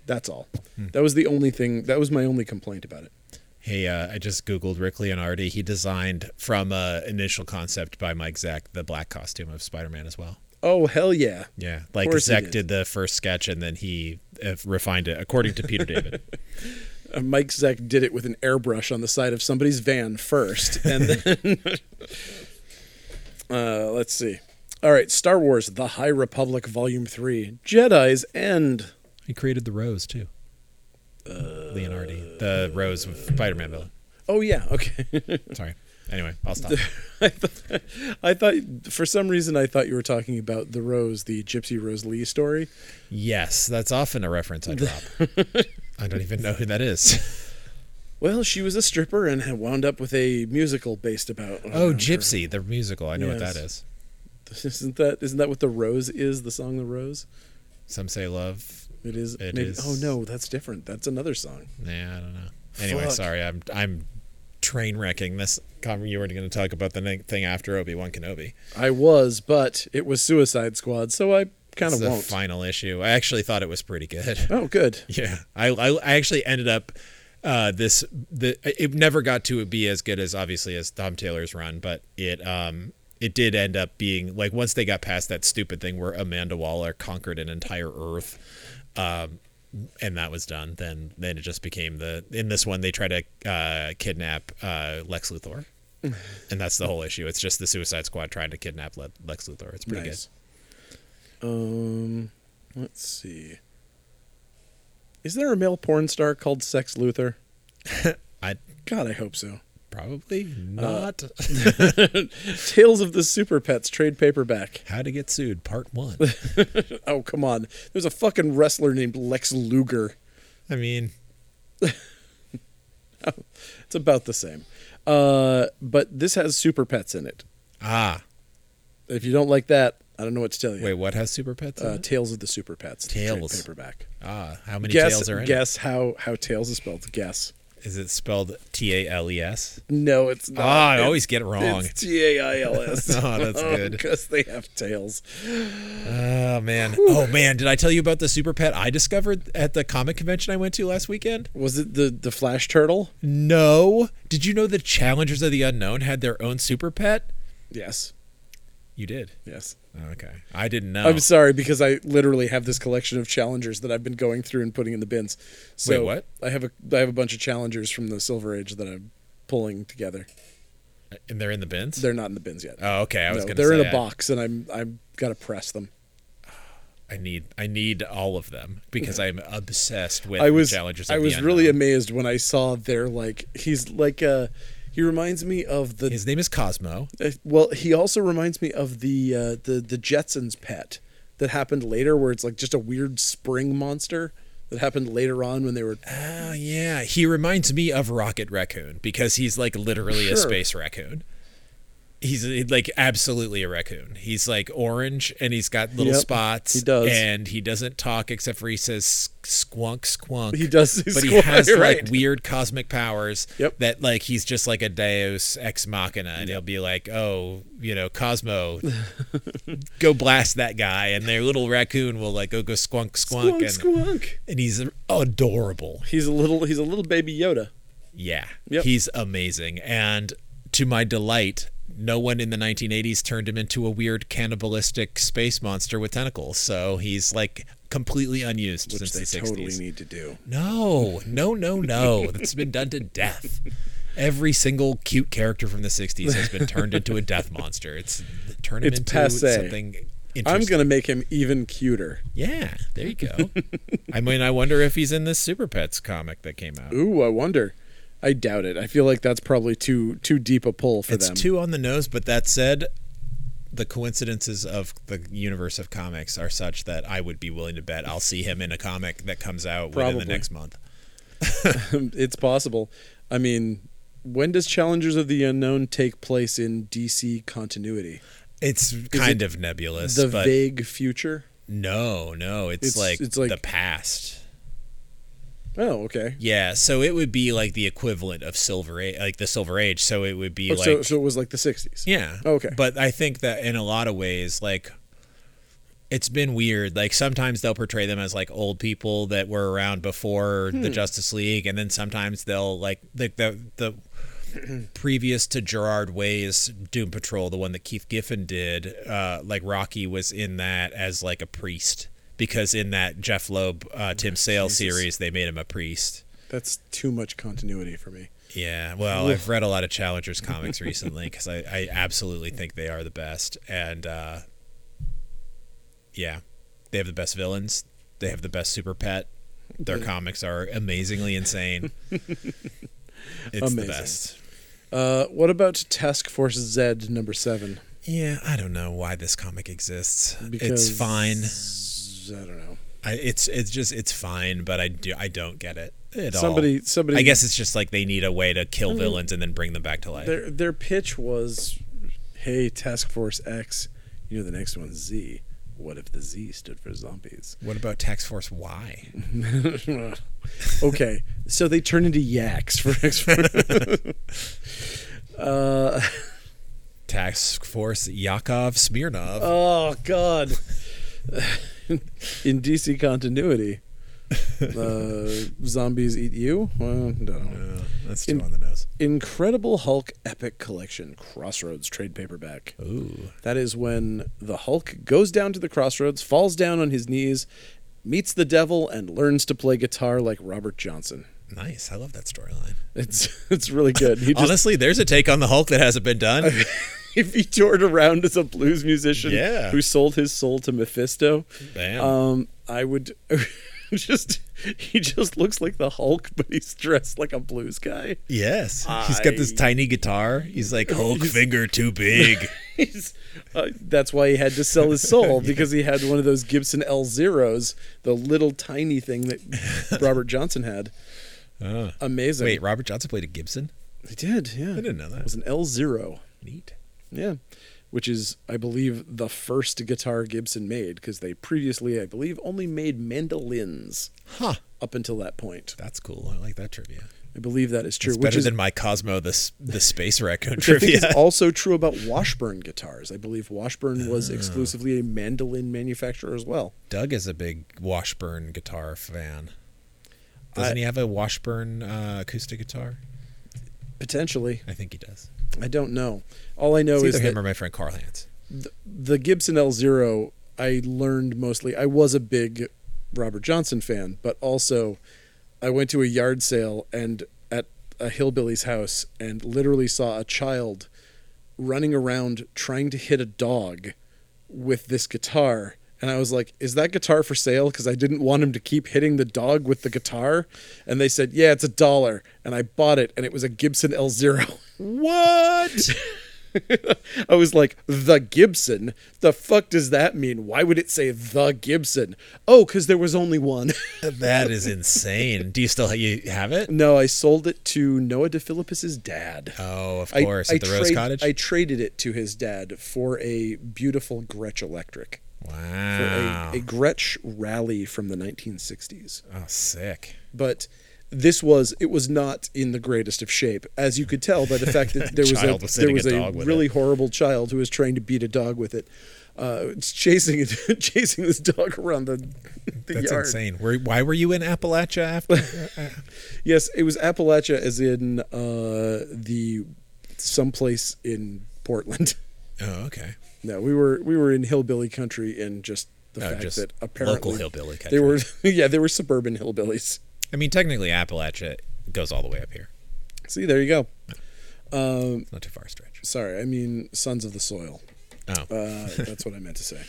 [SPEAKER 1] That's all. That was the only thing. That was my only complaint about it.
[SPEAKER 2] Hey, uh, I just Googled Rick Leonardi. He designed from uh, initial concept by Mike Zack the black costume of Spider Man as well.
[SPEAKER 1] Oh hell yeah!
[SPEAKER 2] Yeah. Like
[SPEAKER 1] course he
[SPEAKER 2] Zack
[SPEAKER 1] did.
[SPEAKER 2] did. the first sketch and then he uh, refined it according to Peter David.
[SPEAKER 1] Uh, Mike Zeck did it with an airbrush on the side of somebody's van first, and then uh, let's see. All right, Star Wars: The High Republic, Volume Three, Jedi's End.
[SPEAKER 2] He created the rose too.
[SPEAKER 1] Uh,
[SPEAKER 2] Leonardi, the rose of Spider Man villain.
[SPEAKER 1] Oh yeah, okay.
[SPEAKER 2] Sorry. Anyway, I'll stop.
[SPEAKER 1] I thought for some reason I thought you were talking about the Rose, the Gypsy Rose Lee story.
[SPEAKER 2] yes, that's often a reference I drop. I don't even know who that is.
[SPEAKER 1] Well, she was a stripper and had wound up with a musical based about.
[SPEAKER 2] Oh, Gypsy, the musical. I know what that is.
[SPEAKER 1] Isn't that isn't that what the rose is? The song "The Rose."
[SPEAKER 2] Some say love.
[SPEAKER 1] It is.
[SPEAKER 2] It
[SPEAKER 1] maybe-
[SPEAKER 2] is.
[SPEAKER 1] Oh no, that's different. That's another song.
[SPEAKER 2] Yeah, I don't know. Anyway,
[SPEAKER 1] Fuck.
[SPEAKER 2] sorry, I'm I'm train wrecking this. com- You were going to talk about the ne- thing after Obi Wan Kenobi.
[SPEAKER 1] I was, but it was Suicide Squad, so I kind
[SPEAKER 2] It's
[SPEAKER 1] of
[SPEAKER 2] the
[SPEAKER 1] won't.
[SPEAKER 2] final issue. I actually thought it was pretty good.
[SPEAKER 1] Oh, good.
[SPEAKER 2] Yeah, I I, I actually ended up uh, this the it never got to be as good as obviously as Tom Taylor's run, but it um it did end up being like once they got past that stupid thing where Amanda Waller conquered an entire Earth, um, and that was done. Then then it just became the in this one they try to uh, kidnap uh, Lex Luthor. And that's the whole issue. It's just the Suicide Squad trying to kidnap Le- Lex Luthor. It's pretty
[SPEAKER 1] nice. Um, let's see. Is there a male porn star called Sex Luthor?
[SPEAKER 2] good. I
[SPEAKER 1] God, I hope so.
[SPEAKER 2] probably not.
[SPEAKER 1] Tales of the Super Pets trade paperback.
[SPEAKER 2] How to Get Sued, Part One.
[SPEAKER 1] Oh, come on. There's a fucking wrestler named Lex Luger.
[SPEAKER 2] I mean,
[SPEAKER 1] It's about the same. Uh, but this has Super Pets in it.
[SPEAKER 2] ah,
[SPEAKER 1] If you don't like that, I don't know what to tell you.
[SPEAKER 2] wait, what has super pets? in
[SPEAKER 1] Uh,
[SPEAKER 2] it?
[SPEAKER 1] Tales of the Super Pets. the trade
[SPEAKER 2] Tales.
[SPEAKER 1] paperback.
[SPEAKER 2] ah, how many
[SPEAKER 1] Guess,
[SPEAKER 2] tails are in
[SPEAKER 1] guess how, how Tails is spelled. Guess.
[SPEAKER 2] it? Is it spelled T A L E S?
[SPEAKER 1] No, it's not.
[SPEAKER 2] Ah, I
[SPEAKER 1] It's-
[SPEAKER 2] always get it wrong.
[SPEAKER 1] Uh, It's T A I L S.
[SPEAKER 2] Oh, that's good.
[SPEAKER 1] Because they have tails.
[SPEAKER 2] Oh man, oh man, did I tell you about the super pet I discovered at the comic convention I went to last weekend?
[SPEAKER 1] Was it the the Flash Turtle?
[SPEAKER 2] No. Did you know the Challengers of the Unknown had their own super pet?
[SPEAKER 1] Yes.
[SPEAKER 2] You did. Oh,
[SPEAKER 1] Yes.
[SPEAKER 2] Okay, I didn't know.
[SPEAKER 1] I'm sorry because I literally have this collection of challengers that I've been going through and putting in the bins. So
[SPEAKER 2] Wait, what?
[SPEAKER 1] I have a I have a bunch of challengers from the Silver Age that I'm pulling together.
[SPEAKER 2] and they're in the bins.
[SPEAKER 1] They're not in the bins yet.
[SPEAKER 2] oh, okay. I was
[SPEAKER 1] No,
[SPEAKER 2] gonna.
[SPEAKER 1] they're
[SPEAKER 2] say,
[SPEAKER 1] in a
[SPEAKER 2] I-
[SPEAKER 1] box and I'm I'm gotta press them.
[SPEAKER 2] I, need. I need all of them because I'm obsessed with
[SPEAKER 1] I was
[SPEAKER 2] the Challengers. Of
[SPEAKER 1] I
[SPEAKER 2] the
[SPEAKER 1] was really
[SPEAKER 2] Unknown.
[SPEAKER 1] amazed when I saw their like he's like uh he reminds me of the
[SPEAKER 2] His name is Cosmo.
[SPEAKER 1] Uh, well, he also reminds me of the uh, the the Jetsons pet that happened later, where it's like just a weird spring monster that happened later on when they were.
[SPEAKER 2] Oh yeah, he reminds me of Rocket Raccoon because he's like literally
[SPEAKER 1] Sure.
[SPEAKER 2] a space raccoon. He's uh, like absolutely a raccoon. He's like orange and he's got little
[SPEAKER 1] Yep,
[SPEAKER 2] spots.
[SPEAKER 1] he does.
[SPEAKER 2] and he doesn't talk except for he says squunk squunk.
[SPEAKER 1] He does say
[SPEAKER 2] but he
[SPEAKER 1] squunk,
[SPEAKER 2] has
[SPEAKER 1] right.
[SPEAKER 2] like weird cosmic powers.
[SPEAKER 1] Yep.
[SPEAKER 2] that like he's just like a Deus ex machina, and he'll be like, oh, you know, Cosmo, go blast that guy, and their little raccoon will like go go squunk
[SPEAKER 1] Squonk,
[SPEAKER 2] squunk, and
[SPEAKER 1] squonk.
[SPEAKER 2] and he's adorable.
[SPEAKER 1] He's a little. He's a little baby Yoda.
[SPEAKER 2] Yeah.
[SPEAKER 1] Yep.
[SPEAKER 2] He's amazing. And to my delight, no one in the 1980s turned him into a weird cannibalistic space monster with tentacles. So he's like completely unused
[SPEAKER 1] Which
[SPEAKER 2] since
[SPEAKER 1] they
[SPEAKER 2] the 60s.
[SPEAKER 1] totally need to do.
[SPEAKER 2] No, no, no, no. That's been done to death. Every single cute character from the 60s has been turned into a death monster. It's turn him
[SPEAKER 1] It's
[SPEAKER 2] into
[SPEAKER 1] passé.
[SPEAKER 2] something interesting.
[SPEAKER 1] I'm gonna make him even cuter.
[SPEAKER 2] yeah, there you go. I mean, I wonder if he's in this Super Pets comic that came out.
[SPEAKER 1] Ooh, I wonder. I doubt it. I feel like that's probably too too deep a pull for
[SPEAKER 2] it's
[SPEAKER 1] them.
[SPEAKER 2] too on the nose but that said the coincidences of the universe of comics are such that i would be willing to bet i'll see him in a comic that comes out
[SPEAKER 1] Probably.
[SPEAKER 2] within the next month
[SPEAKER 1] it's possible. I mean, when does Challengers of the Unknown take place in DC continuity?
[SPEAKER 2] it's kind
[SPEAKER 1] it
[SPEAKER 2] of nebulous
[SPEAKER 1] The
[SPEAKER 2] but
[SPEAKER 1] vague future.
[SPEAKER 2] no no it's,
[SPEAKER 1] It's-
[SPEAKER 2] like
[SPEAKER 1] it's like-
[SPEAKER 2] the past
[SPEAKER 1] Oh, okay.
[SPEAKER 2] yeah so it would be like the equivalent of silver age like the silver age so it would be
[SPEAKER 1] Oh,
[SPEAKER 2] like
[SPEAKER 1] so, so it was like the 60s.
[SPEAKER 2] Yeah.
[SPEAKER 1] Okay.
[SPEAKER 2] But I think that in a lot of ways, like, it's been weird. Like, sometimes they'll portray them as like old people that were around before the Justice League, and then sometimes they'll like the the, the previous to Gerard Way's Doom Patrol, the one that Keith Giffen did, uh, like Rocky was in that as like a priest because in that Jeff Loeb uh, Tim Sale series, they made him a priest.
[SPEAKER 1] That's too much continuity for me.
[SPEAKER 2] Yeah, well, I've read a lot of Challengers comics recently because I, I absolutely think they are the best. And uh, yeah, they have the best villains. They have the best super pet. Their comics are amazingly insane. It's
[SPEAKER 1] Amazing.
[SPEAKER 2] the best.
[SPEAKER 1] Uh, what about Task Force Z number seven?
[SPEAKER 2] Yeah, I don't know why this comic exists.
[SPEAKER 1] Because
[SPEAKER 2] it's fine.
[SPEAKER 1] I don't know.
[SPEAKER 2] I, it's it's just it's fine, but I do I don't get it at all.
[SPEAKER 1] Somebody- somebody-
[SPEAKER 2] I guess it's just like they need a way to kill villains and then bring them back to life.
[SPEAKER 1] Their their pitch was, "Hey, Task Force X, you know the next one's Z. What if the Z stood for zombies?"
[SPEAKER 2] What about Tax Force Y?
[SPEAKER 1] okay, so they turn into yaks for X Force. uh,
[SPEAKER 2] Tax Force Yakov Smirnov.
[SPEAKER 1] oh God! In DC continuity, uh, zombies eat you. Well, no.
[SPEAKER 2] Uh, that's
[SPEAKER 1] in-
[SPEAKER 2] too on the nose.
[SPEAKER 1] Incredible Hulk Epic Collection Crossroads trade paperback.
[SPEAKER 2] Ooh.
[SPEAKER 1] That is when the Hulk goes down to the crossroads, falls down on his knees, meets the devil, and learns to play guitar like Robert Johnson.
[SPEAKER 2] Nice. I love that storyline.
[SPEAKER 1] It's it's really good. He just
[SPEAKER 2] Honestly, there's a take on the Hulk that hasn't been done.
[SPEAKER 1] if he toured around as a blues musician
[SPEAKER 2] Yeah.
[SPEAKER 1] who sold his soul to Mephisto.
[SPEAKER 2] Damn.
[SPEAKER 1] Um, I would just he just looks like the Hulk, but he's dressed like a blues guy.
[SPEAKER 2] yes. He's got this
[SPEAKER 1] I-
[SPEAKER 2] tiny guitar. He's like, Hulk finger too big.
[SPEAKER 1] He's, uh, that's why he had to sell his soul because he had one of those Gibson L zeros, the little tiny thing that Robert Johnson had.
[SPEAKER 2] Uh,
[SPEAKER 1] Amazing.
[SPEAKER 2] wait, Robert Johnson played a Gibson?
[SPEAKER 1] he did. Yeah, I
[SPEAKER 2] didn't know that.
[SPEAKER 1] It was an L zero.
[SPEAKER 2] Neat.
[SPEAKER 1] Yeah, which is, I believe, the first guitar Gibson made because they previously, I believe, only made mandolins
[SPEAKER 2] Huh.
[SPEAKER 1] up until that point.
[SPEAKER 2] That's cool. I like that trivia.
[SPEAKER 1] I believe that is true.
[SPEAKER 2] It's
[SPEAKER 1] which
[SPEAKER 2] better
[SPEAKER 1] is,
[SPEAKER 2] than my Cosmo the s- the space raccoon
[SPEAKER 1] which I think is
[SPEAKER 2] trivia.
[SPEAKER 1] also true about Washburn guitars. I believe Washburn
[SPEAKER 2] Ah.
[SPEAKER 1] was exclusively a mandolin manufacturer as well.
[SPEAKER 2] Doug is a big Washburn guitar fan.
[SPEAKER 1] I-
[SPEAKER 2] Doesn't he have a Washburn uh, acoustic guitar?
[SPEAKER 1] Potentially,
[SPEAKER 2] I think he does.
[SPEAKER 1] I don't know. All I know
[SPEAKER 2] It's
[SPEAKER 1] is
[SPEAKER 2] either
[SPEAKER 1] that
[SPEAKER 2] him or my friend Carl Hans.
[SPEAKER 1] th- the Gibson L Zero, I learned mostly. I was a big Robert Johnson fan, but also I went to a yard sale and at a hillbilly's house and literally saw a child running around trying to hit a dog with this guitar. And I was like, is that guitar for sale? Because I didn't want him to keep hitting the dog with the guitar. And they said, yeah, it's a dollar. And I bought it, and it was a Gibson L0.
[SPEAKER 2] What?
[SPEAKER 1] I was like, the Gibson? The fuck does that mean? Why would it say the Gibson? Oh, because there was only one.
[SPEAKER 2] that is insane. Do you still you have it?
[SPEAKER 1] no, I sold it to Noah DeFilippis' dad.
[SPEAKER 2] Oh, of
[SPEAKER 1] I-
[SPEAKER 2] course,
[SPEAKER 1] I,
[SPEAKER 2] at the Rose
[SPEAKER 1] trade-
[SPEAKER 2] Cottage.
[SPEAKER 1] I traded it to his dad for a beautiful Gretsch electric. For
[SPEAKER 2] wow.
[SPEAKER 1] a, a Gretsch rally from the 1960s.
[SPEAKER 2] oh, sick.
[SPEAKER 1] But this was it was not in the greatest of shape as you could tell by the fact that there was a
[SPEAKER 2] Child was
[SPEAKER 1] there
[SPEAKER 2] hitting
[SPEAKER 1] was
[SPEAKER 2] a
[SPEAKER 1] a
[SPEAKER 2] dog with it.
[SPEAKER 1] really horrible child who was trying to beat a dog with it uh it's chasing it chasing this dog around the, the
[SPEAKER 2] That's
[SPEAKER 1] yard
[SPEAKER 2] insane. Were, why were you in Appalachia after?
[SPEAKER 1] yes it was appalachia as in uh the someplace in portland
[SPEAKER 2] oh, okay.
[SPEAKER 1] no we were we were in hillbilly country and just the
[SPEAKER 2] Oh,
[SPEAKER 1] fact
[SPEAKER 2] just
[SPEAKER 1] that
[SPEAKER 2] local
[SPEAKER 1] apparently
[SPEAKER 2] hillbilly country.
[SPEAKER 1] they were yeah they were suburban hillbillies
[SPEAKER 2] I mean, technically, Appalachia goes all the way up here.
[SPEAKER 1] see there you go um
[SPEAKER 2] It's not too far a stretch.
[SPEAKER 1] sorry i mean sons of the soil
[SPEAKER 2] Oh,
[SPEAKER 1] Uh, that's what I meant to say.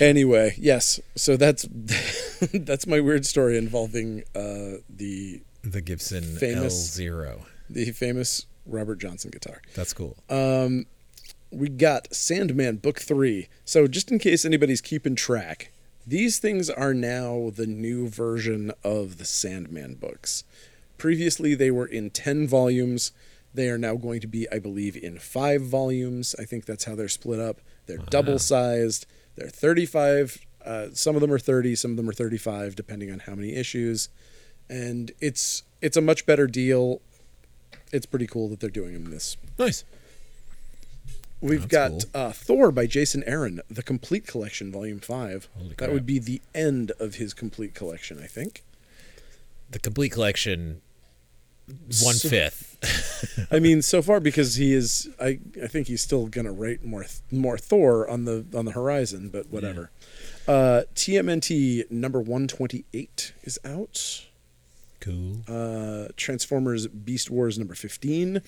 [SPEAKER 1] Anyway, yes. So that's that's my weird story involving uh, the
[SPEAKER 2] the Gibson L
[SPEAKER 1] famous-
[SPEAKER 2] zero.
[SPEAKER 1] the famous Robert Johnson guitar.
[SPEAKER 2] That's cool.
[SPEAKER 1] Uh, We got Sandman Book Three. So just in case anybody's keeping track, these things are now the new version of the Sandman books. Previously, they were in ten volumes. They are now going to be, I believe, in five volumes. I think that's how they're split up. They're double sized. They're 35. Uh, some of them are 30, some of them are 35, depending on how many issues. And it's it's a much better deal. It's pretty cool that they're doing them this
[SPEAKER 2] nice.
[SPEAKER 1] We've got
[SPEAKER 2] That's
[SPEAKER 1] uh, Thor by Jason Aaron, the complete collection, volume five.
[SPEAKER 2] Holy
[SPEAKER 1] that
[SPEAKER 2] crap.
[SPEAKER 1] would be the end of his complete collection, I think.
[SPEAKER 2] The complete collection, one fifth.
[SPEAKER 1] I mean, so far because he is, I, I think he's still gonna write more th- more Thor on the on the horizon, but whatever. Uh, TMNT number one twenty eight is out.
[SPEAKER 2] Cool.
[SPEAKER 1] Uh, Transformers Beast Wars number fifteen.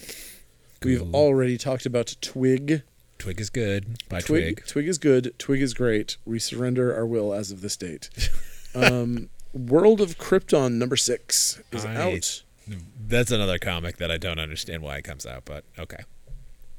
[SPEAKER 1] We've
[SPEAKER 2] Cool.
[SPEAKER 1] already talked about Twig.
[SPEAKER 2] Twig is good. By
[SPEAKER 1] Twig,
[SPEAKER 2] Twig.
[SPEAKER 1] Twig. is good. Twig is great. We surrender our will as of this date. Um, World of Krypton number six is
[SPEAKER 2] I-
[SPEAKER 1] out.
[SPEAKER 2] That's another comic that I don't understand why it comes out, but okay.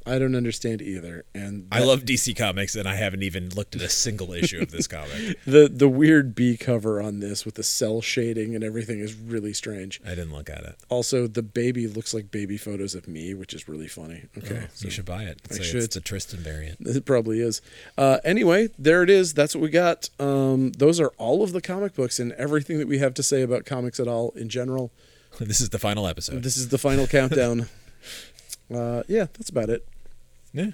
[SPEAKER 1] I don't understand either. And
[SPEAKER 2] I love DC Comics, and I haven't even looked at a single issue of this comic.
[SPEAKER 1] the the weird B cover on this with the cell shading and everything is really strange.
[SPEAKER 2] I didn't look at it.
[SPEAKER 1] Also, the baby looks like baby photos of me, which is really funny. Okay,
[SPEAKER 2] Oh, you should buy it. It's, like-
[SPEAKER 1] should.
[SPEAKER 2] it's a Tristan variant.
[SPEAKER 1] It probably is. Uh, anyway, there it is. That's what we got. Um, those are all of the comic books and everything that we have to say about comics at all in general.
[SPEAKER 2] This is the final episode.
[SPEAKER 1] This is the final countdown. Uh, yeah, that's about it.
[SPEAKER 2] Yeah.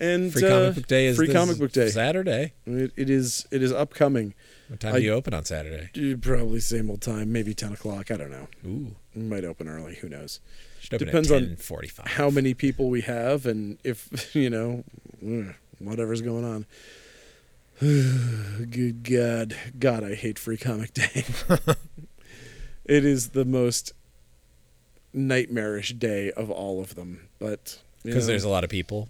[SPEAKER 1] And
[SPEAKER 2] Free
[SPEAKER 1] uh,
[SPEAKER 2] Comic Book Day is
[SPEAKER 1] free
[SPEAKER 2] this
[SPEAKER 1] comic book day.
[SPEAKER 2] Saturday.
[SPEAKER 1] It, it is it is upcoming.
[SPEAKER 2] What time
[SPEAKER 1] I-
[SPEAKER 2] do you open on Saturday?
[SPEAKER 1] Uh, Probably same old time, maybe ten o'clock. I don't know.
[SPEAKER 2] Ooh,
[SPEAKER 1] We might open early. Who knows?
[SPEAKER 2] should open
[SPEAKER 1] Depends
[SPEAKER 2] at
[SPEAKER 1] on
[SPEAKER 2] ten forty-five.
[SPEAKER 1] How many people we have, and if you know, ugh, whatever's going on. Good God, God, I hate Free Comic Day. it is the most nightmarish day of all of them. But you
[SPEAKER 2] Because
[SPEAKER 1] know.
[SPEAKER 2] there's a lot of people.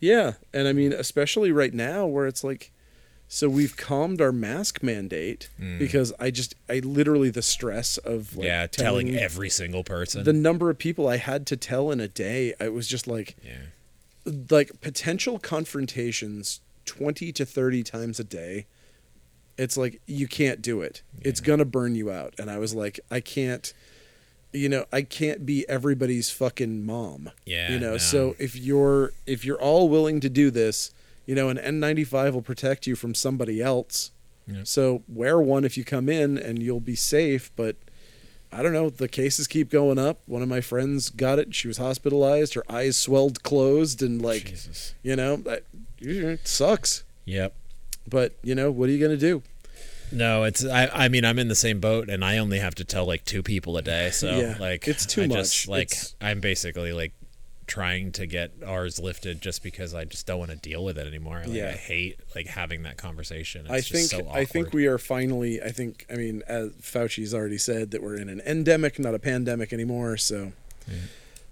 [SPEAKER 1] Yeah, and I mean, especially right now where it's like, so we've calmed our mask mandate because I just, I literally the stress of like
[SPEAKER 2] Mm. yeah, telling, every single person.
[SPEAKER 1] the number of people I had to tell in a day, I was just like,
[SPEAKER 2] yeah,
[SPEAKER 1] like potential confrontations twenty to thirty times a day. It's like you can't do it. It's gonna burn you out. And I was like, I can't. You know, I can't be everybody's fucking mom.
[SPEAKER 2] Yeah,
[SPEAKER 1] You know,
[SPEAKER 2] no.
[SPEAKER 1] so if you're if you're all willing to do this, you know, an N95 will protect you from somebody else.
[SPEAKER 2] Yeah.
[SPEAKER 1] So wear one if you come in and you'll be safe, but I don't know, the cases keep going up. One of my friends got it. She was hospitalized, her eyes swelled closed and like,
[SPEAKER 2] Jesus.
[SPEAKER 1] you know, that it sucks.
[SPEAKER 2] Yep.
[SPEAKER 1] But, you know, what are you going to do?
[SPEAKER 2] No, it's I. I mean, I'm in the same boat, and I only have to tell like two people a day. So
[SPEAKER 1] Yeah,
[SPEAKER 2] like,
[SPEAKER 1] it's too
[SPEAKER 2] I
[SPEAKER 1] much.
[SPEAKER 2] Just, like,
[SPEAKER 1] It's-
[SPEAKER 2] I'm basically like trying to get ours lifted just because I just don't want to deal with it anymore. Like,
[SPEAKER 1] Yeah.
[SPEAKER 2] I hate like having that conversation. It's
[SPEAKER 1] I
[SPEAKER 2] just
[SPEAKER 1] think
[SPEAKER 2] so awkward.
[SPEAKER 1] I think we are finally I think I mean as Fauci's already said that we're in an endemic, not a pandemic anymore, so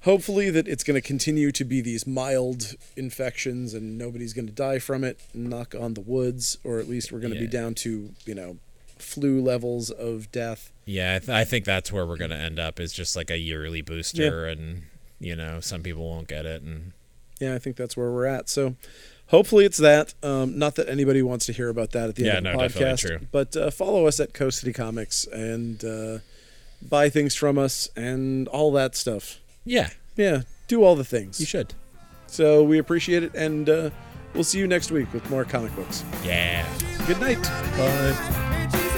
[SPEAKER 1] hopefully that it's going to continue to be these mild infections and nobody's going to die from it, knock on the woods, or at least we're going to
[SPEAKER 2] Yeah.
[SPEAKER 1] be down to, you know, flu levels of death.
[SPEAKER 2] Yeah, I, th- I think that's where we're gonna end up. Is just like a yearly booster, and you know, some people won't get it, and
[SPEAKER 1] Yeah, I think that's where we're at. So hopefully it's that. Um, not that anybody wants to hear about that at the
[SPEAKER 2] Yeah,
[SPEAKER 1] end of
[SPEAKER 2] no,
[SPEAKER 1] the
[SPEAKER 2] definitely
[SPEAKER 1] podcast.
[SPEAKER 2] true.
[SPEAKER 1] But uh, follow us at Coast City Comics and uh, buy things from us and all that stuff.
[SPEAKER 2] yeah,
[SPEAKER 1] Yeah, do all the things.
[SPEAKER 2] you should.
[SPEAKER 1] So we appreciate it, and uh, we'll see you next week with more comic books.
[SPEAKER 2] Yeah.
[SPEAKER 1] Good night. Bye.
[SPEAKER 3] Jesus